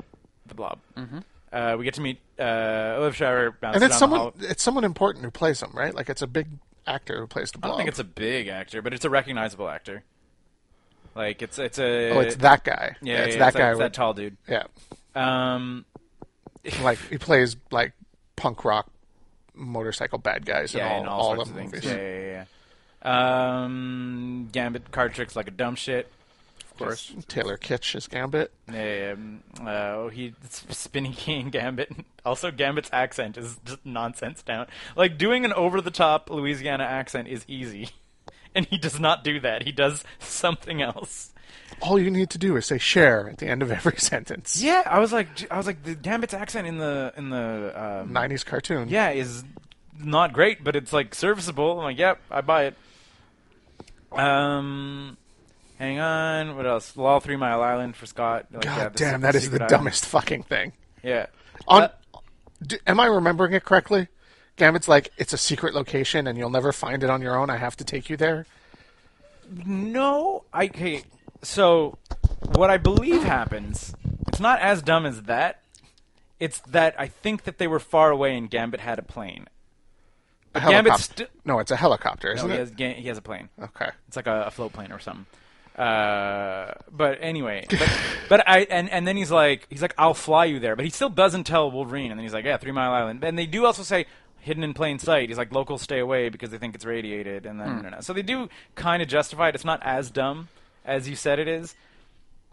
The blob. Mm-hmm. Uh, we get to meet uh, Olive Shire. And it's someone it's someone important who plays him, right? Like it's a big actor who plays the I blob. don't think it's a big actor, but it's a recognizable actor. Like it's it's a. Oh, it's that guy. Yeah, it's yeah, that it's like- guy. it's that tall dude. Um, yeah, like he plays like punk rock motorcycle bad guys yeah, in and all, all all sorts the of things. movies. Yeah, yeah, yeah. Um, Gambit card tricks like a dumb shit. Of course. Taylor Kitsch is Gambit. Um, oh, he spinny king Gambit. Also, Gambit's accent is just nonsense down. Like doing an over-the-top Louisiana accent is easy, and he does not do that. He does something else. All you need to do is say share at the end of every sentence. Yeah, I was like, I was like, the Gambit's accent in the in the um, 90s cartoon. yeah is not great, but it's like serviceable. I'm like, yep, I buy it. Um, hang on, what else? Law Three Mile Island for Scott. Like, God yeah, the damn, se- that is the secret island. dumbest fucking thing. Yeah. On, Uh, do, am I remembering it correctly? Gambit's like, it's a secret location and you'll never find it on your own. I have to take you there. No, I okay. So, what I believe happens, it's not as dumb as that. It's that I think that they were far away and Gambit had a plane. A Gambit's helicopter. sti- no, it's a helicopter, No, isn't he it? has, Ga- he has a plane. Okay. It's like a, a float plane or something. Uh, but anyway, but, but I and, and then he's like he's like I'll fly you there, but he still doesn't tell Wolverine, and then he's like yeah Three Mile Island, and they do also say hidden in plain sight. He's like locals stay away because they think it's radiated, and then so they do kind of justify it. It's not as dumb as you said it is,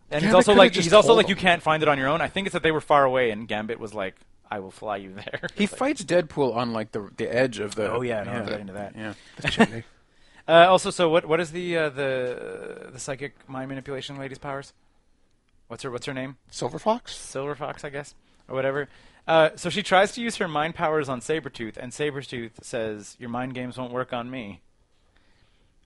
and Yeah, he's they also could've like just he's also told like him. you can't find it on your own. I think it's that they were far away, and Gambit was like I will fly you there. He fights Deadpool on like the the edge of the. oh yeah, no, I'll get into that. yeah. The chimney. Uh, also, so what? What is the uh, the the psychic mind manipulation lady's powers? What's her What's her name? Silver Fox? Silver Fox, I guess, or whatever. Uh, so she tries to use her mind powers on Sabretooth, and Sabretooth says, "Your mind games won't work on me."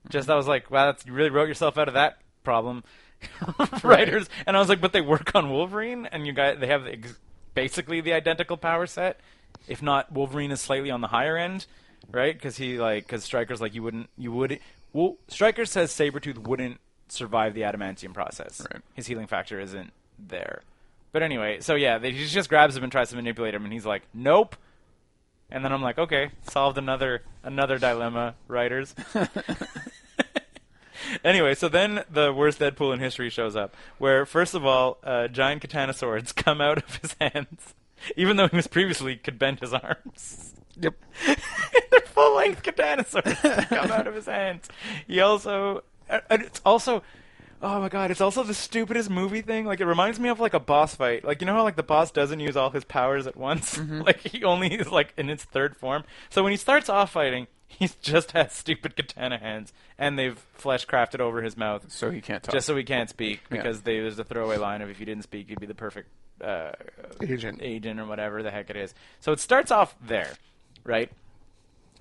Just I was like, "Wow, that's, you really wrote yourself out of that problem, writers." And I was like, "But they work on Wolverine, and you guys they have the ex- basically the identical power set. If not, Wolverine is slightly on the higher end, right? Because he like because Striker's like you wouldn't you would well Striker says Sabretooth wouldn't survive the adamantium process. Right. His healing factor isn't there." But anyway, so yeah, they, he just grabs him and tries to manipulate him, and he's like, "Nope, and then I'm like, okay, solved another another dilemma, writers. anyway, so then the worst Deadpool in history shows up, where first of all, uh, giant katana swords come out of his hands, even though he was previously could bend his arms. Yep. They're full length katana swords come out of his hands. He also, uh, and it's also, oh my god, it's also the stupidest movie thing. Like it reminds me of like a boss fight. Like you know how like the boss doesn't use all his powers at once. Mm-hmm. Like he only is like in his third form. So when he starts off fighting, he just has stupid katana hands, and they've flesh crafted over his mouth so he can't talk. just so he can't speak Yeah. because they, there's a throwaway line of if you didn't speak, you'd be the perfect uh, Agent. agent or whatever the heck it is. So it starts off there, right?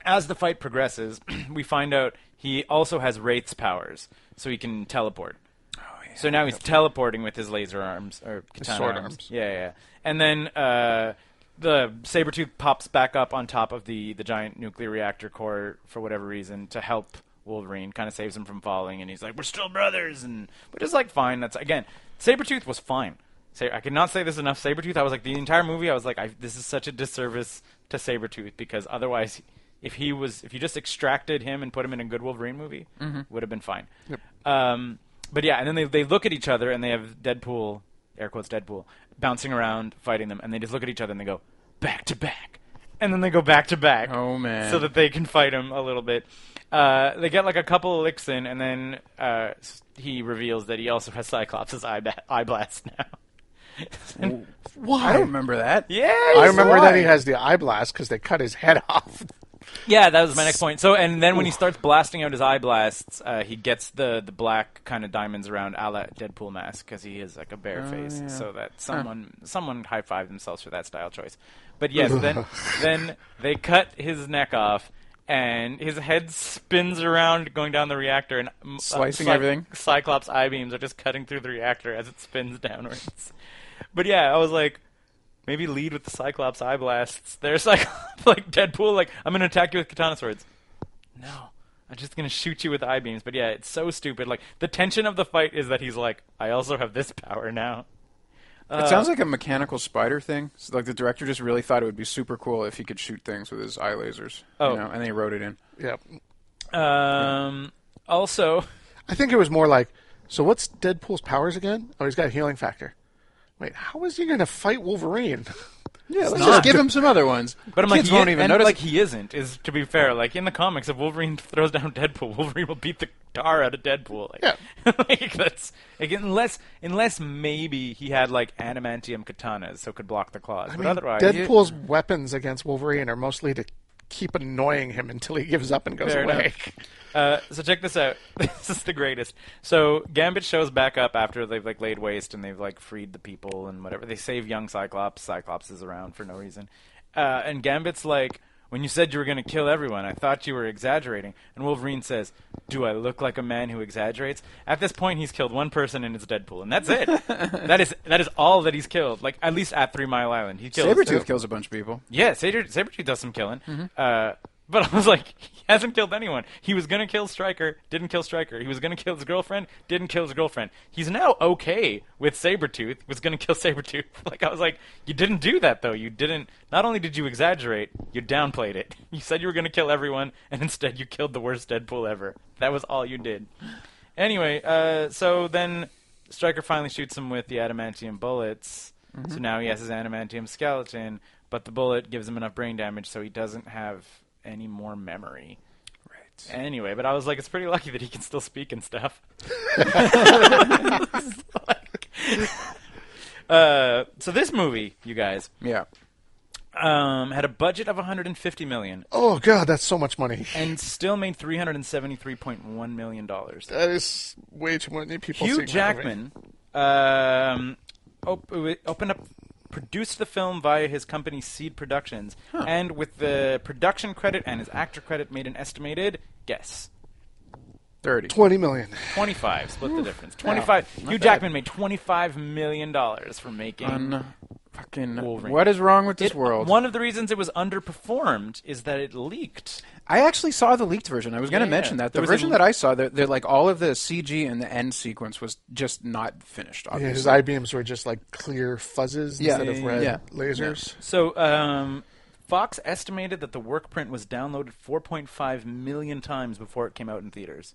As the fight progresses, we find out he also has Wraith's powers, so he can teleport. Oh, So now he's teleporting with his laser arms or katana sword arms. arms. Yeah, yeah, yeah. And then uh, the saber tooth pops back up on top of the the giant nuclear reactor core for whatever reason to help Wolverine. Kind of saves him from falling, and he's like, "We're still brothers," and which is like fine. That's again, Sabretooth was fine. Say, I cannot say this enough. Sabretooth, I was like the entire movie. I was like, I, this is such a disservice to Sabretooth because otherwise, if he was, if you just extracted him and put him in a good Wolverine movie, would have been fine. Um, but yeah, and then they they look at each other and they have Deadpool, air quotes Deadpool, bouncing around fighting them, and they just look at each other and they go back to back, and then they go back to back. Oh, man. So that they can fight him a little bit. Uh, they get like a couple of licks in, and then uh, s- he reveals that he also has Cyclops' eye, ba- eye blast now. And- I don't remember that. yeah, I he's remember that he alive. has the eye blast because they cut his head off. Yeah, that was my next point. So, and then when he starts blasting out his eye blasts, uh, he gets the, the black kind of diamonds around a la Deadpool mask because he is like a bare face. So that someone someone high fived themselves for that style choice. But yes, then then they cut his neck off. And his head spins around, going down the reactor, and mm, uh, Slicing Cy- everything. Cyclops eye beams are just cutting through the reactor as it spins downwards. But yeah, I was like, Maybe lead with the Cyclops eye blasts. There's like, like Deadpool, like I'm gonna attack you with katana swords. No, I'm just gonna shoot you with eye beams. But yeah, it's so stupid. Like the tension of the fight is that he's like, I also have this power now. It sounds like a mechanical spider thing. So, like the director just really thought it would be super cool if he could shoot things with his eye lasers. Oh. you know, and they wrote it in. Yep. Um. Also, I think it was more like, so what's Deadpool's powers again? Oh, he's got a healing factor. Wait, how is he going to fight Wolverine? Yeah, let's not. just give him some other ones. but I'm Kids like, won't he, even and, notice. Like he isn't. Is to be fair. Like in the comics, if Wolverine throws down Deadpool, Wolverine will beat the tar out of Deadpool. Like, Yeah. like that's like, unless unless maybe he had like adamantium katanas, so could block the claws. I but mean, otherwise, Deadpool's weapons against Wolverine are mostly to keep annoying him until he gives up and goes Fair away. Uh, so check this out. this is the greatest. So Gambit shows back up after they've like laid waste and they've like freed the people and whatever. They save young Cyclops. Cyclops is around for no reason. Uh, and Gambit's like, "When you said you were going to kill everyone, I thought you were exaggerating." And Wolverine says, "Do I look like a man who exaggerates?" At this point, he's killed one person and it's Deadpool, and that's it. that is that is all that he's killed. Like at least at Three Mile Island, he kills Sabretooth kills a bunch of people. yeah, Saber Sabretooth does some killing. Uh, but I was like, he hasn't killed anyone. He was gonna kill Stryker, didn't kill Stryker. He was gonna kill his girlfriend, didn't kill his girlfriend. He's now okay with Sabretooth, was gonna kill Sabretooth. Like I was like, you didn't do that though. You didn't not only did you exaggerate, you downplayed it. You said you were gonna kill everyone, and instead you killed the worst Deadpool ever. That was all you did. Anyway, uh, so then Stryker finally shoots him with the adamantium bullets. So now he has his adamantium skeleton, but the bullet gives him enough brain damage, so he doesn't have any more memory. Right. Anyway, but I was like, it's pretty lucky that he can still speak and stuff. uh, so this movie, you guys, Yeah. um, had a budget of 150 million Oh, God, that's so much money. and still made 373.1 million dollars. That is way too many people. Hugh seeing that movie. Jackman um, op- opened up, produced the film via his company Seed Productions, and with the production credit and his actor credit, made an estimated guess Thirty. 20 million. twenty-five. Split the difference. Twenty-five. Hugh Jackman made twenty-five million dollars for making. Un- fucking. Wolverine. What is wrong with this It- uh, world? One of the reasons it was underperformed is that it leaked. I actually saw the leaked version. I was going to Yeah, mention yeah. that There the was a version l- that I saw, they're, they're like all of the CG and the end sequence was just not finished. Yeah, Obviously. his eye beams were just like clear fuzzes Yeah. instead of red Yeah. lasers. So um, Fox estimated that the work print was downloaded 4.5 million times before it came out in theaters.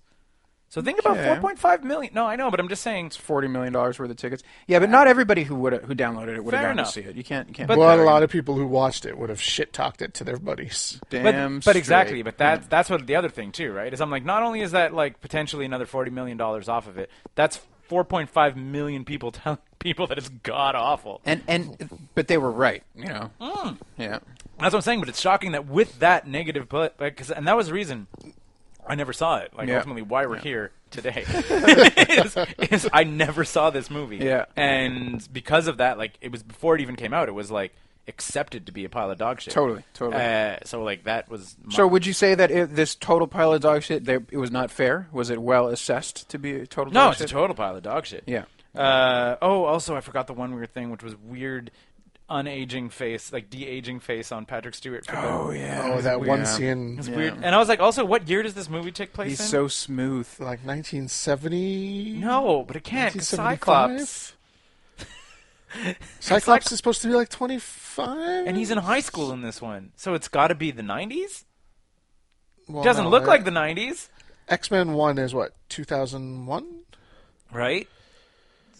So think about Okay. 4.5 million. No, I know, but I'm just saying. Forty million dollars worth of tickets. Yeah, but not everybody who would who downloaded it would have Fair gone enough. to see it. You can't. You can't. But- put Well, that a lot in. of people who watched it would have shit talked it to their buddies. But, damn. but exactly, straight. Hmm. but that that's what the other thing too, right? Is I'm like, not only is that like potentially another 40 million dollars off of it, that's 4.5 million people telling people that it's god awful. and and but they were right. You know. Mm. Yeah. That's what I'm saying. But it's shocking that with that negative, but because and that was the reason I never saw it. Like Yeah. ultimately, why we're here today is, is I never saw this movie. Yeah. and because of that, like it was before it even came out. It was like accepted to be a pile of dog shit. Totally, totally. Uh, so like that was my, So would you say that it, this total pile of dog shit, they, it was not fair? Was it well assessed to be a total? no, dog it's a shit? total pile of dog shit. Yeah. Uh, oh, also I forgot the one weird thing, which was weird. Unaging face, like de aging face on Patrick Stewart. For the- Oh yeah. Oh, that Weird. one scene, It's weird. And I was like, also, what year does this movie take place He's in? so smooth. like 1970. No, but it can't. 'cause 1975? Cyclops, Cyclops is supposed to be like 25, and he's in high school in this one, so it's got to be the '90s. Well, It doesn't no, look uh, like the '90s, X Men One is what 2001. right?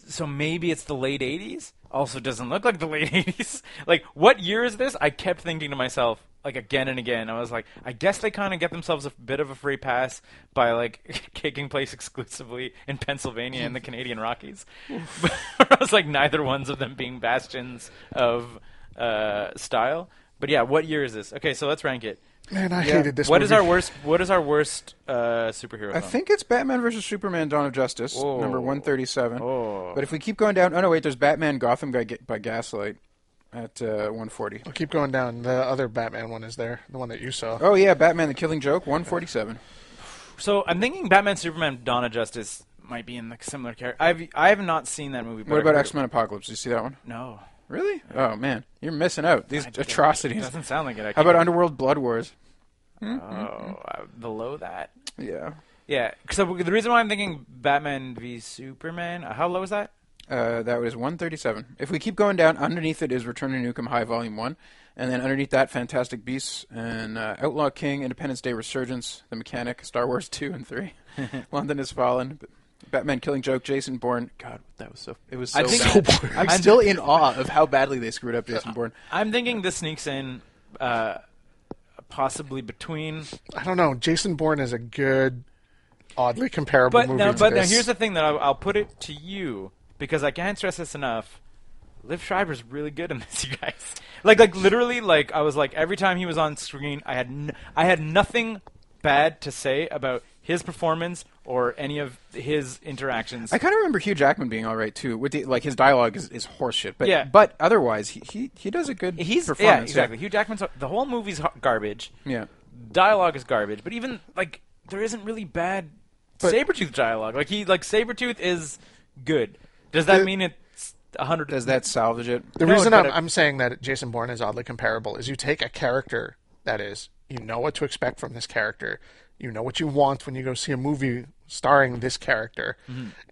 So maybe it's the late '80s. Also, doesn't look like the late '80s. Like, what year is this? I kept thinking to myself, like again and again. I was like, I guess they kind of get themselves a bit of a free pass by like taking place exclusively in Pennsylvania and the Canadian Rockies. But I was like, neither ones of them being bastions of uh, style. But yeah, what year is this? Okay, so let's rank it. Man, I Yeah. hated this. What movie. is our worst? What is our worst uh, superhero? I film? think it's Batman versus Superman: Dawn of Justice, number Oh. one thirty-seven. Oh. But if we keep going down, oh no, wait, there's Batman Gotham by, Ga- by Gaslight at uh, one forty. I'll Oh, keep going down. The other Batman one is there, the one that you saw. Oh yeah, Batman: The Killing Joke, one forty-seven. So I'm thinking Batman, Superman, Donna Justice might be in the similar character. I've I have not seen that movie. But What I about heard- X Men Apocalypse? Did you see that one? No, Really? Oh man, you're missing out. These atrocities. doesn't sound like it. I How about can't- Underworld Blood Wars? Oh, uh, below that. Yeah. Yeah. So the reason why I'm thinking Batman v Superman. uh, How low is that? Uh, that was 137. If we keep going down, underneath it is Return to Nukem High Volume 1. And then underneath that, Fantastic Beasts and uh, Outlaw King, Independence Day Resurgence, The Mechanic, Star Wars 2 and 3, London Has Fallen, B- Batman Killing Joke, Jason Bourne. God, that was so. It was so. I think- Uh, bad. So boring. I'm still in awe of how badly they screwed up Jason Bourne. I'm thinking this sneaks in, uh, possibly between. I don't know. Jason Bourne is a good, oddly comparable But movie. now, to but now this. here's the thing that I'll, I'll put it to you because I can't stress this enough. Liv Schreiber's really good in this, you guys. Like, like literally, like I was like every time he was on screen, I had n- I had nothing bad to say about his performance or any of his interactions. I kind of remember Hugh Jackman being all right too. With the, like his dialogue is, is horseshit, but Yeah. but otherwise he, he, he does a good He's performance. yeah, exactly. Hugh Jackman's the whole movie's ho- garbage. Yeah. dialogue is garbage. But even like there isn't really bad Sabretooth dialogue. Like he like Sabretooth is good. Does that The- mean it's a hundred? Does that salvage it? The No, reason but I'm, it- I'm saying that Jason Bourne is oddly comparable is you take a character that is, you know what to expect from this character, you know what you want when you go see a movie starring this character,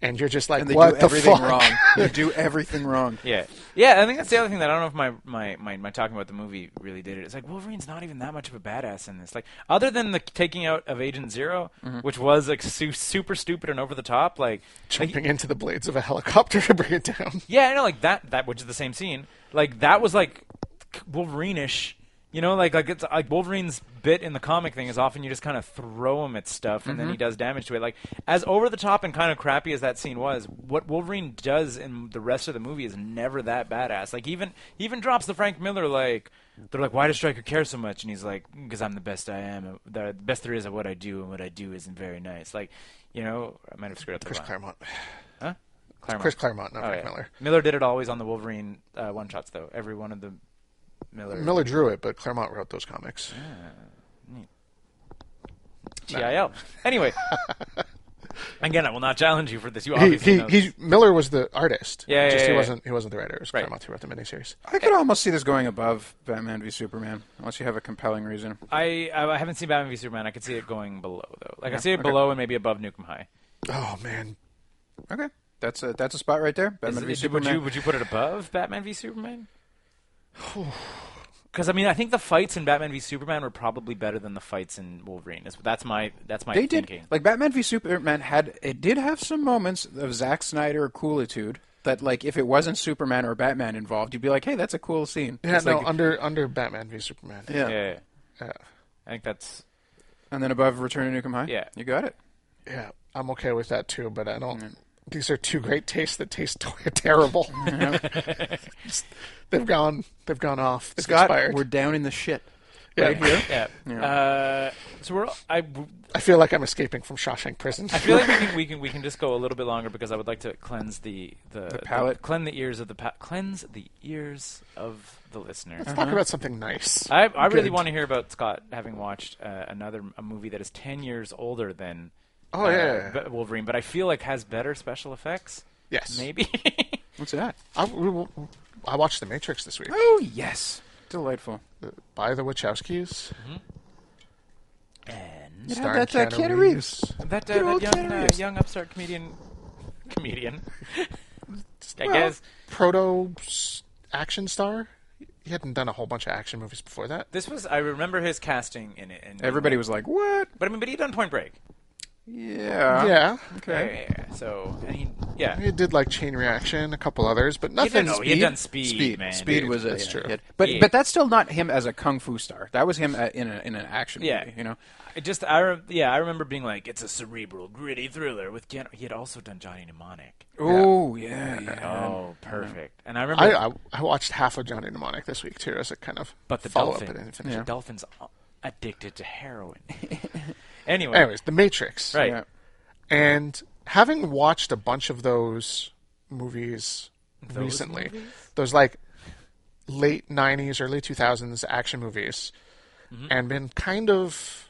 and you're just like, And they what do the everything fuck? wrong. They do everything wrong. Yeah, yeah. I think that's the other thing that I don't know if my my, my, my talking about the movie really did it. It's like Wolverine's not even that much of a badass in this. Like other than the taking out of Agent 0 which was like su- super stupid and over the top. Like, like Jumping into the blades of a helicopter to bring it down. yeah, I know. Like that that which is the same scene. Like that was like Wolverine-ish. You know, like like it's like Wolverine's bit in the comic thing is often you just kind of throw him at stuff and Mm-hmm. then he does damage to it. Like as over the top and kind of crappy as that scene was, what Wolverine does in the rest of the movie is never that badass. Like even he even drops the Frank Miller like they're like, why does Stryker care so much? And he's like, because I'm the best I am, the best there is at what I do, and what I do isn't very nice. Like, you know, I might have screwed up the Chris line. Claremont. Huh? Claremont. Chris Claremont, not Oh, Frank yeah. Miller. did it always on the Wolverine uh, one shots, though. Every one of the Miller. Miller drew it, but Claremont wrote those comics. TIL. Anyway. Again, I will not challenge you for this. You He, obviously he, know this. he Miller was the artist. Yeah, yeah, just he yeah, yeah. wasn't he wasn't the writer. It was Right. Claremont who wrote the miniseries. I could almost see this going above Batman v Superman, unless you have a compelling reason. I, I I haven't seen Batman v Superman. I could see it going below though. Like I see it okay. below and maybe above Nukem High. Oh man, Okay, that's a that's a spot right there. Batman Is v it- would Superman. you would you put it above Batman v Superman? because I mean I think the fights in Batman v Superman were probably better than the fights in Wolverine. That's- That's my that's my They did thinking. like Batman v Superman had it did have some moments of Zack Snyder coolitude that like if it wasn't Superman or Batman involved, you'd be like, hey, that's a cool scene. Yeah, It's no, like- under under Batman v Superman. yeah. yeah, yeah, yeah. yeah, I think that's and then above Return of Nukem High, Yeah. you got it. Yeah, I'm okay with that too. But I don't. These are two great tastes that taste terrible. Just- they've gone. They've gone off. They've Scott, expired. we're down in the shit. Yeah. Right here. yeah. Uh, so we're I w- I feel like I'm escaping from Shawshank Prison. I feel like we can, we can we can just go a little bit longer because I would like to cleanse the the, the palate? cleanse the ears of the pa- cleanse the ears of the listener. Talk about something nice. I I really Good. want to hear about Scott having watched uh, another a movie that is ten years older than Oh, uh, yeah. Ba- Wolverine, but I feel like has better special effects. Yes. maybe. What's that? I, we will- I watched The Matrix this week Oh yes, delightful. by the Wachowskis. Mm-hmm. and It starring had that uh, Keanu Reeves. that, Good uh, old that young Keanu uh, Reeves. young upstart comedian comedian. I Well, guess proto s- action star. He hadn't done a whole bunch of action movies before that. this was I remember his casting in it. And Everybody was like, what? but I mean, but he'd done Point Break. Uh-huh. Yeah. yeah, Okay. Yeah, yeah, yeah. So and he yeah. he did like Chain Reaction, a couple others, but He nothing. done, oh, he had done speed, Speed, man. speed was a, That's yeah, true. hit. but Yeah. but that's still not him as a kung fu star. That was him uh, in a, in an action Yeah. movie. You know, I just I rem- yeah I remember being like it's a cerebral gritty thriller with Keanu. He had also done Johnny Mnemonic. Oh yeah, yeah. Oh, perfect. And I remember, I, I I watched half of Johnny Mnemonic this week too, as a kind of but the follow dolphin, up and finish. the it. dolphin's addicted to heroin. anyway, Anyways, The Matrix, right? yeah. And having watched a bunch of those movies recently, those like late '90s, early 2000s action movies, Mm-hmm. and been kind of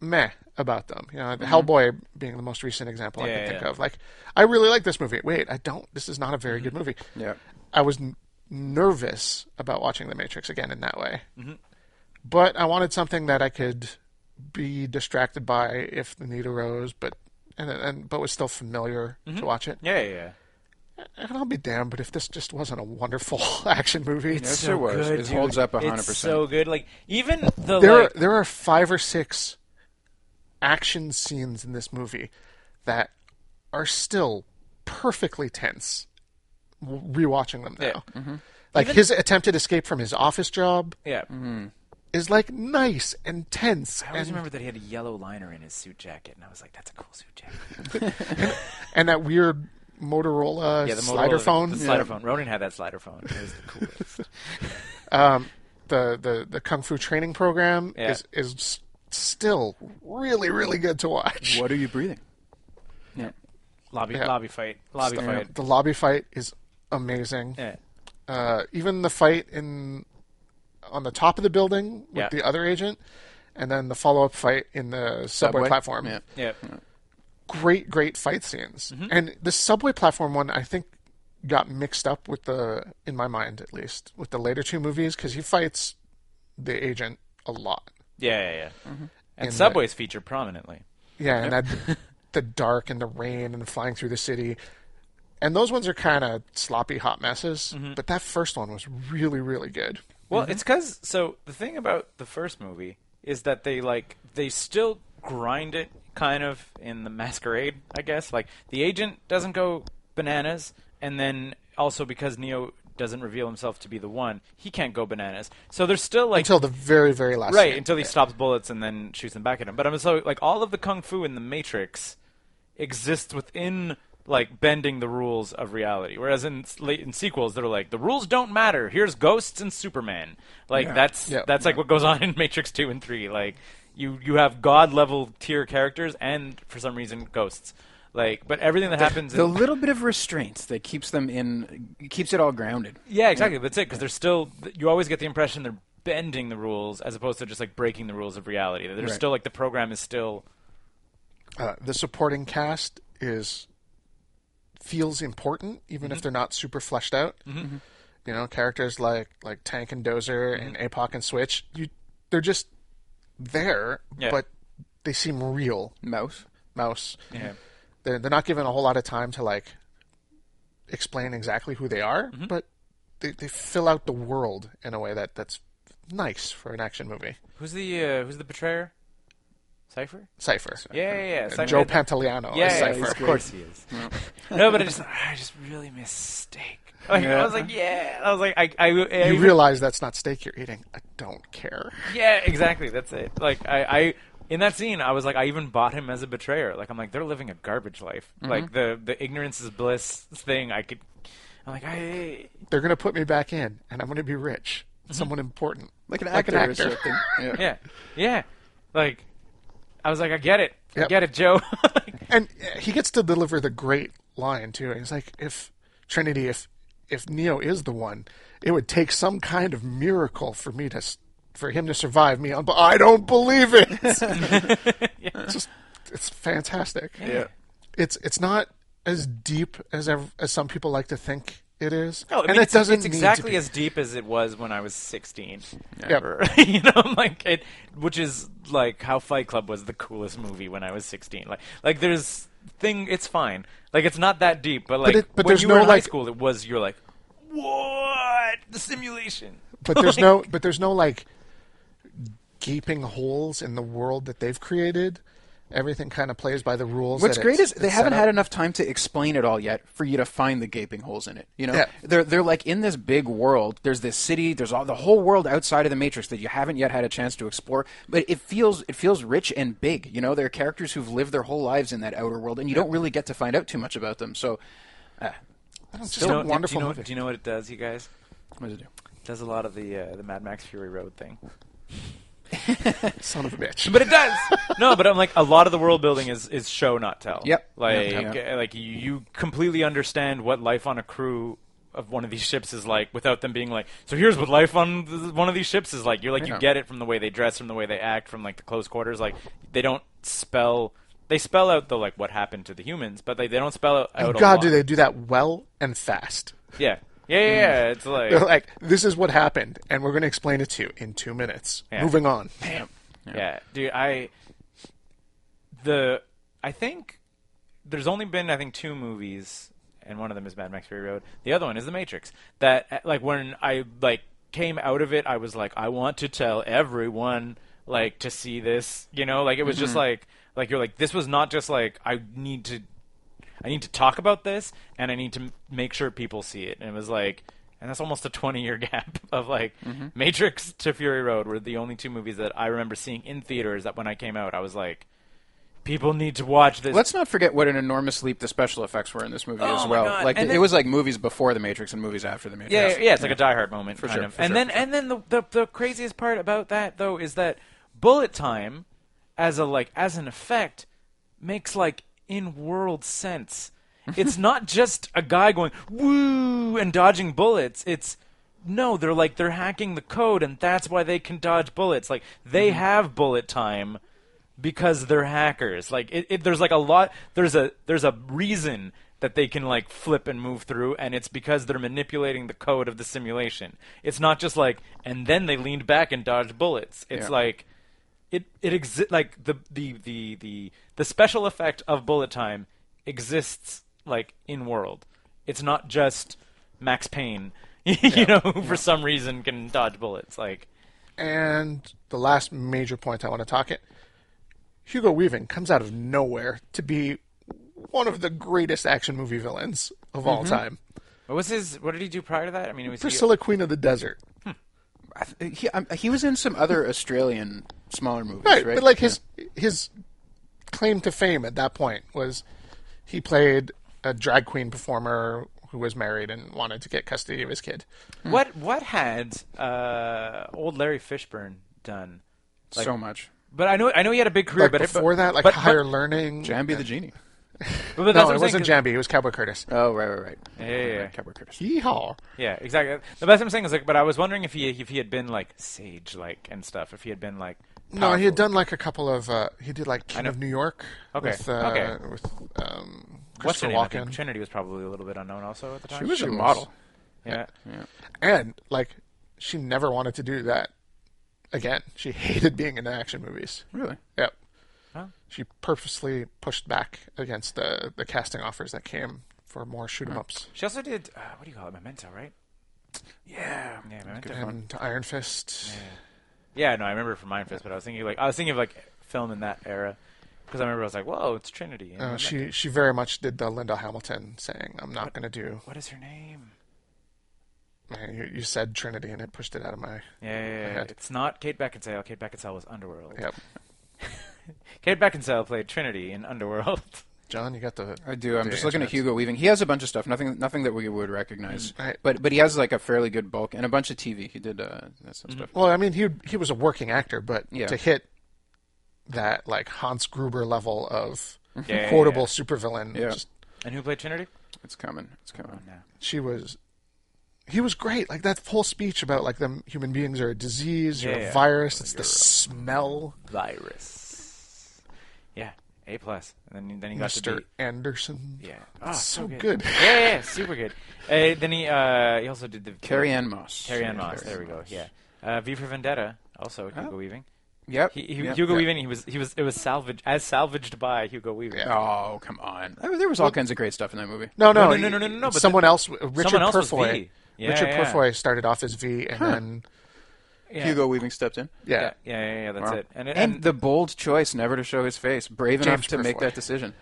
meh about them. You know, Hellboy being the most recent example I Mm-hmm. Yeah, can think yeah. Mm-hmm. of. Like, I really like this movie. Wait, I don't. This is not a very good movie. Yeah. I was n- nervous about watching The Matrix again in that way. But I wanted something that I could be distracted by if the need arose, but and, and but was still familiar to watch it. Yeah, yeah, yeah. And I'll be damned, but if this just wasn't a wonderful action movie, Yes, it was. good, it holds dude. up hundred It's percent. so good. Like even the there like, are, there are five or six action scenes in this movie that are still perfectly tense. w- Rewatching them now, like his attempted escape from his office job yeah. Mm-hmm. is like nice and tense, I always and, remember that he had a yellow liner in his suit jacket, and I was like, that's a cool suit jacket. and that weird Motorola, Yeah, the slider Motorola- phone, The slider phone. Ronan had that slider phone. It was the coolest. the the the kung fu training program Yeah. is is s- still really really good to watch. What are you breathing? Yeah. lobby, Yeah. lobby fight, lobby You know, fight. the lobby fight is amazing. Yeah. Uh, even the fight in on the top of the building with Yeah. the other agent, and then the follow up fight in the subway, Subway? platform. Yeah. Yeah. Great great fight scenes, Mm-hmm. and the subway platform one I think got mixed up with the in my mind at least with the later two movies because he fights the agent a lot. Yeah, yeah, yeah. And the- subways feature prominently. Yeah, and that the dark and the rain and flying through the city. And those ones are kind of sloppy hot messes, Mm-hmm. but that first one was really really good. Well, it's 'cause it's because so the thing about the first movie is that they like they still grind it kind of in the masquerade, I guess. Like the agent doesn't go bananas, and then also because Neo doesn't reveal himself to be the one, he can't go bananas. So there's still like Until the very very last right scene. until he stops bullets and then shoots them back at him. But I'm so like all of the kung fu in the Matrix exists within like bending the rules of reality. Whereas in s- late in sequels, they're like the rules don't matter. Here's ghosts and Superman. Like that's Yeah. that's like what goes on in Matrix two and three. Like you you have god level tier characters and for some reason ghosts. Like but everything that happens The in, little bit of restraint that keeps them in keeps it all grounded. Yeah, exactly. That's it. Because they're still. You always get the impression they're bending the rules as opposed to just like breaking the rules of reality. That They're Right. still like the program is still. Uh, the supporting cast is feels important even Mm-hmm. if they're not super fleshed out. You know, characters like like Tank and Dozer Mm-hmm. and Apoc and Switch, you they're just there, Yeah. but they seem real. Mouse. Mouse. They're, they're not given a whole lot of time to like Mm-hmm. explain exactly who they are, but they, they fill out the world in a way that that's nice for an action movie. Who's the uh, who's the betrayer? Cipher. Cypher. Yeah, yeah, yeah. And Cypher Joe had that- Pantoliano Yeah, is yeah, Cypher. of course he is. no, but I just I just really mistake. Like, I was like, yeah. I was like, I, I, I You realize that's not steak you're eating. I don't care. Yeah, exactly. That's it. Like I, I in that scene, I was like, I even bought him as a betrayer. Like I'm like, they're living a garbage life. Mm-hmm. Like the the ignorance is bliss thing. I could. I'm like, I. They're gonna put me back in, and I'm gonna be rich. Mm-hmm. Someone important, Like an actor, or something. Yeah. Yeah, yeah. Like, I was like, I get it. I Yep. get it, Joe. And uh, he gets to deliver the great line too. He's like, if Trinity, if if Neo is the one, it would take some kind of miracle for me to s- for him to survive me. But I don't believe it. It's just it's fantastic. Yeah. It's it's not as deep as ev- as some people like to think it is. No, I mean, and it it's, doesn't it's need to exactly be. as deep as it was when I was 16. Yep. Or, you know, I'm like it, which is like how Fight Club was the coolest movie when I was 16. Like, like there's thing, it's fine. Like it's not that deep, but like it- but when there's you no, were in high like- school, it was you're like, what the simulation? but there's no but there's no like gaping holes in the world that they've created everything kind of plays by the rules What's that great it's- is they it's haven't set had up. enough time to explain it all yet for you to find the gaping holes in it. You know, Yeah. they're they're like in this big world. There's this city. There's all the whole world outside of the Matrix that you haven't yet had a chance to explore. But it feels it feels rich and big. You know, there are characters who've lived their whole lives in that outer world, and you don't really get to find out too much about them. So, it's Do just you know- a wonderful do you know, movie Do you know what it does, you guys? what does it do? It does a lot of the uh, the Mad Max Fury Road thing. son of a bitch but it does. no, but I'm like a lot of the world building is is show not tell. Yep. Like Yep, yep. uh, like you, you completely understand what life on a crew of one of these ships is like without them being like so here's what life on th- one of these ships is like you're like you Yeah. get it from the way they dress from the way they act from like the close quarters like they don't spell they spell out the like what happened to the humans but like they don't spell out a Oh, god lot. do they do that well and fast yeah yeah yeah, yeah. it's like they're like this is what happened and we're going to explain it to you in two minutes Yeah. moving on Yeah, dude, I the I think there's only been I think two movies, and one of them is Mad Max Fury Road. The other one is The Matrix. That uh, like when I like came out of it, I was like, I want to tell everyone like to see this. You know, like it was just like like you're like this was not just like I need to I need to talk about this and I need to m- make sure people see it. And it was like, and that's almost a 20 year gap of like Matrix to Fury Road were the only two movies that I remember seeing in theaters that when I came out, I was like, people need to watch this. Let's not forget what an enormous leap the special effects were in this movie Oh as my well. God. Like And it, then- was like movies before the Matrix and movies after the Matrix. yeah, yeah, yeah, it's like a Die Hard moment, kind sure, of. for and sure, then, for and then the, the the craziest part about that though is that bullet time, as a like as an effect, makes like in world sense. It's not just a guy going woo and dodging bullets. It's no, they're like they're hacking the code, and that's why they can dodge bullets. Like they Mm-hmm. have bullet time because they're hackers. Like it, it, there's like a lot. There's a there's a reason that they can like flip and move through, and it's because they're manipulating the code of the simulation. It's not just like and then they leaned back and dodged bullets. It's Yeah. like it it exi- like the, the the the the special effect of bullet time exists like in world. It's not just Max Payne, you know, who for some reason can dodge bullets. Like and the last major point i want to talk it hugo weaving comes out of nowhere to be one of the greatest action movie villains of all time what was his? What did he do prior to that? I mean, it was he- priscilla queen of the desert I th- he, um, he was in some other Australian smaller movies, right, right? but like his his claim to fame at that point was he played a drag queen performer who was married and wanted to get custody of his kid. What what had uh, old Larry Fishburne done? Yeah. so much. But I know I know he had a big career. Like but before but, that, like but, higher learning. Jambi the genie. But, but that's no, what it I'm wasn't saying, Jambi. It was Cowboy Curtis. Oh right, right, right. yeah, Right, yeah. right, Cowboy Curtis. Yeehaw! Yeah, exactly. The best I'm saying is like, but I was wondering if he if he had been like sage like and stuff. If he had been like No, he had powerful. done like a couple of. Uh, he did like King of New York. Okay, With, uh, okay. With um, What's her Christopher name? I think Walken. Trinity was probably a little bit unknown also at the time. She was She a was. model. yeah. and like, she never wanted to do that again. She hated being in action movies. Really? Yep. Huh? She purposely pushed back against the, the casting offers that came for more shoot 'em ups. She also did uh, what do you call it, Memento, right? Yeah. Yeah, Memento. and Iron Fist. Yeah, no, I remember from Iron Fist, but I was thinking like I was thinking of like film in that era because I remember I was like, "Whoa, it's Trinity." and Uh, what- she she very much did the Linda Hamilton saying, "I'm not going to do." what is her name? Man, you, you said Trinity, and it pushed it out of my. Yeah, yeah, yeah, had- it's not Kate Beckinsale. Kate Beckinsale was Underworld. Yep. Kate Beckinsale played Trinity in Underworld. John, you got the. I do. I'm the just looking at answer. Hugo Weaving. He has a bunch of stuff. Nothing, nothing that we would recognize. Right. But but he has like a fairly good bulk and a bunch of TV. He did uh, some stuff. Well, I mean, he he was a working actor, but Yeah. to hit that like Hans Gruber level of yeah, quotable yeah. supervillain, Yeah. just- and who played Trinity? It's coming. It's coming. she was. He was great. Like that whole speech about like them human beings are a disease, you're Yeah, yeah. a virus. It's the smell, Virus. Yeah, A plus. And then then he got to Mister be Anderson. yeah, Ah, It's so good. yeah, yeah, yeah, super good. Uh, then he uh, he also did the Carrie Ann Moss. Carrie Ann Moss. There we go. Yeah, uh, V for Vendetta. Also Hugo Weaving. Yep. He, he, Yep. Hugo Yep. Weaving. He was he was it was salvaged as salvaged by Hugo Weaving. Yeah. Oh come on! There there was all kinds of great stuff in that movie. No, no, No, no, no, no, no, no, but Someone else, uh, Richard someone else was Purfoy. V. Yeah, Richard yeah. Purfoy started off as V, and then Yeah. Hugo Weaving stepped in. yeah, Yeah, yeah, yeah, yeah, that's Wow. it. And, it- And the bold choice never to show his face, brave enough James to make Purfoy. that decision.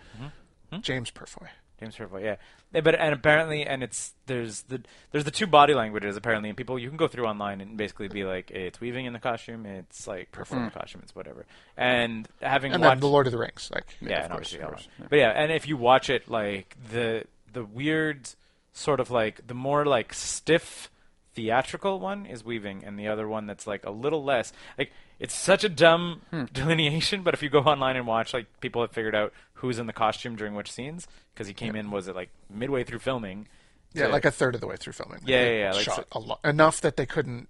Hmm? James Purfoy. James Purfoy, yeah. Eh, But and apparently, and it's there's the there's the two body languages apparently, and people you can go through online and basically be like, eh, it's weaving in the costume, it's like Purfoy in the costume, it's whatever. And having Hmm. And then watched, The Lord of the Rings. Like, of yeah, course, and obviously of Elrond. course, yeah. But yeah, and if you watch it, like the the weird sort of like the more like stiff theatrical one is weaving, and the other one that's like a little less like it's such a dumb Hmm. delineation. But if you go online and watch, like people have figured out who's in the costume during which scenes because he came in was it like midway through filming. yeah, to- like a third of the way through filming. Yeah, They yeah, yeah, like shot a lot enough that they couldn't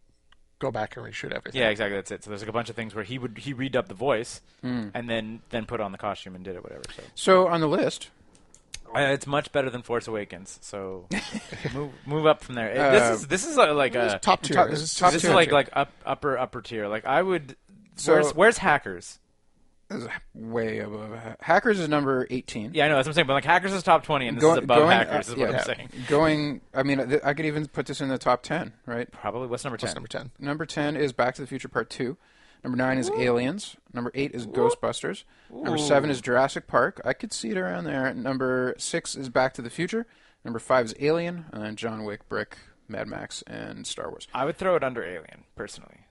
go back and reshoot everything. Yeah, exactly. That's it. So there's like a bunch of things where he would he redubbed the voice Hmm. and then then put on the costume and did it whatever. So So on the list, Uh, it's much better than Force Awakens, so move move up from there. Uh, this is this is uh, like a Top tier. Top- This is top this tier. is like like up upper upper tier. Like I would. So- where's where's Hackers? this is way above. Hackers is number eighteen. Yeah, I know that's what I'm saying. But like Hackers is top twenty, and this Go- is above going Hackers. up- is what yeah. I'm saying. Going, I mean, th- I could even put this in the top ten, right? Probably what's number ten? number 10. Number ten is Back to the Future Part Two. Number nine is Aliens. Number eight is Ghostbusters. Number seven is Jurassic Park. I could see it around there. Number six is Back to the Future. Number five is Alien, and then John Wick, Brick, Mad Max, and Star Wars. I would throw it under Alien personally.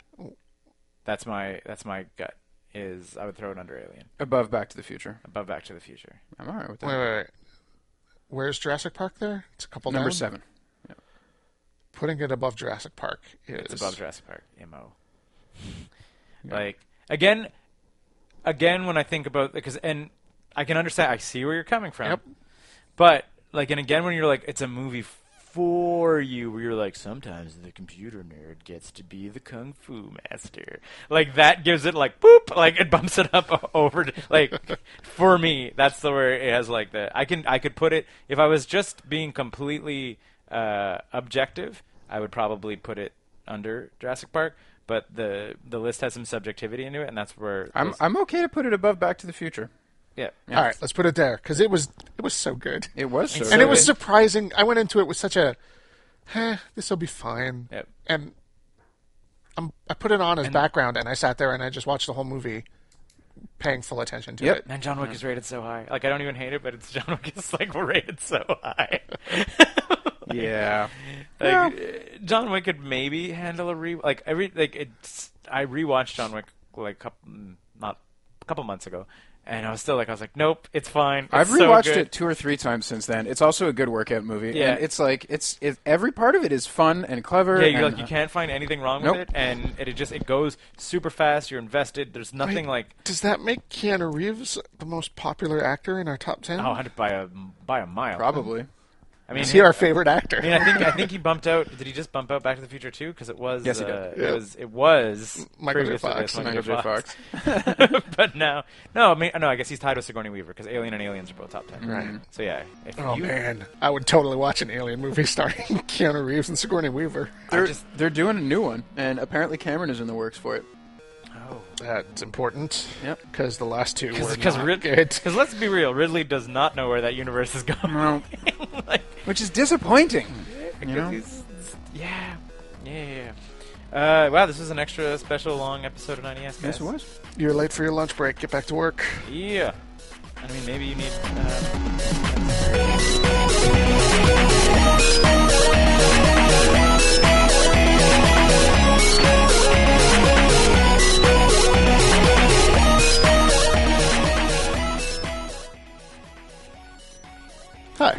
That's my that's my gut. Is I would throw it under Alien Above Back to the Future. above Back to the Future. I'm all right with that. Wait, wait, wait. Where's Jurassic Park there? It's a couple Number down. seven. Putting it above Jurassic Park is. It's above Jurassic Park. Mo. Like again, again when I think about because and I can understand. I see where you're coming from. Yep. But like and again when you're like it's a movie for you where you're like sometimes the computer nerd gets to be the kung fu master like that gives it like boop like it bumps it up o- over to- like for me that's the where it has like the i can i could put it if i was just being completely uh objective i would probably put it under jurassic park but the the list has some subjectivity into it and that's where I'm those- I'm okay to put it above Back to the Future. yeah All right, let's put it there because it was it was so good. It was so. and it was good. surprising. I went into it with such a, eh, this will be fine. Yep. And I'm, I put it on as background, and I sat there and I just watched the whole movie, paying full attention to Yep. it. Man, John Wick is rated so high. Like I don't even hate it, but it's John Wick is like rated so high. Yeah. Like, Yeah. uh, John Wick could maybe handle a re like every like it's I rewatched John Wick like couple, not a couple months ago, and I was still like I was like nope, it's fine. It's I've so rewatched good. it two or three times since then. It's also a good workout movie. Yeah. And it's like it's it, every part of it is fun and clever. Yeah, you're and, like you can't find anything wrong Nope. with it, and it, it just it goes super fast. You're invested. There's nothing like Does that make Keanu Reeves the most popular actor in our top ten? oh hundred by a by a mile. Probably. I mean, Is he our favorite actor? I mean, I think I think he bumped out. Did he just bump out Back to the Future too? Because it was Yes, he uh, did. it was it was Michael J. previous to this, Fox. Michael J. Fox. but now, no, I mean, no, I guess he's tied with Sigourney Weaver because Alien and Aliens are both top ten. Right. So yeah, if Oh you, man, I would totally watch an alien movie starring Keanu Reeves and Sigourney Weaver. They're just- they're doing a new one, and apparently Cameron is in the works for it. That's important. Yep. Because the last two were Oh, because not Rid- good. 'cause let's be real, Ridley does not know where that universe is going. No. like, Which is disappointing. because he's- yeah, Yeah, yeah, yeah. Uh, wow, this was an extra special long episode of 90s. Guys. Yes, it was. You're late for your lunch break. Get back to work. Yeah. I mean, maybe you need. Uh, Hi.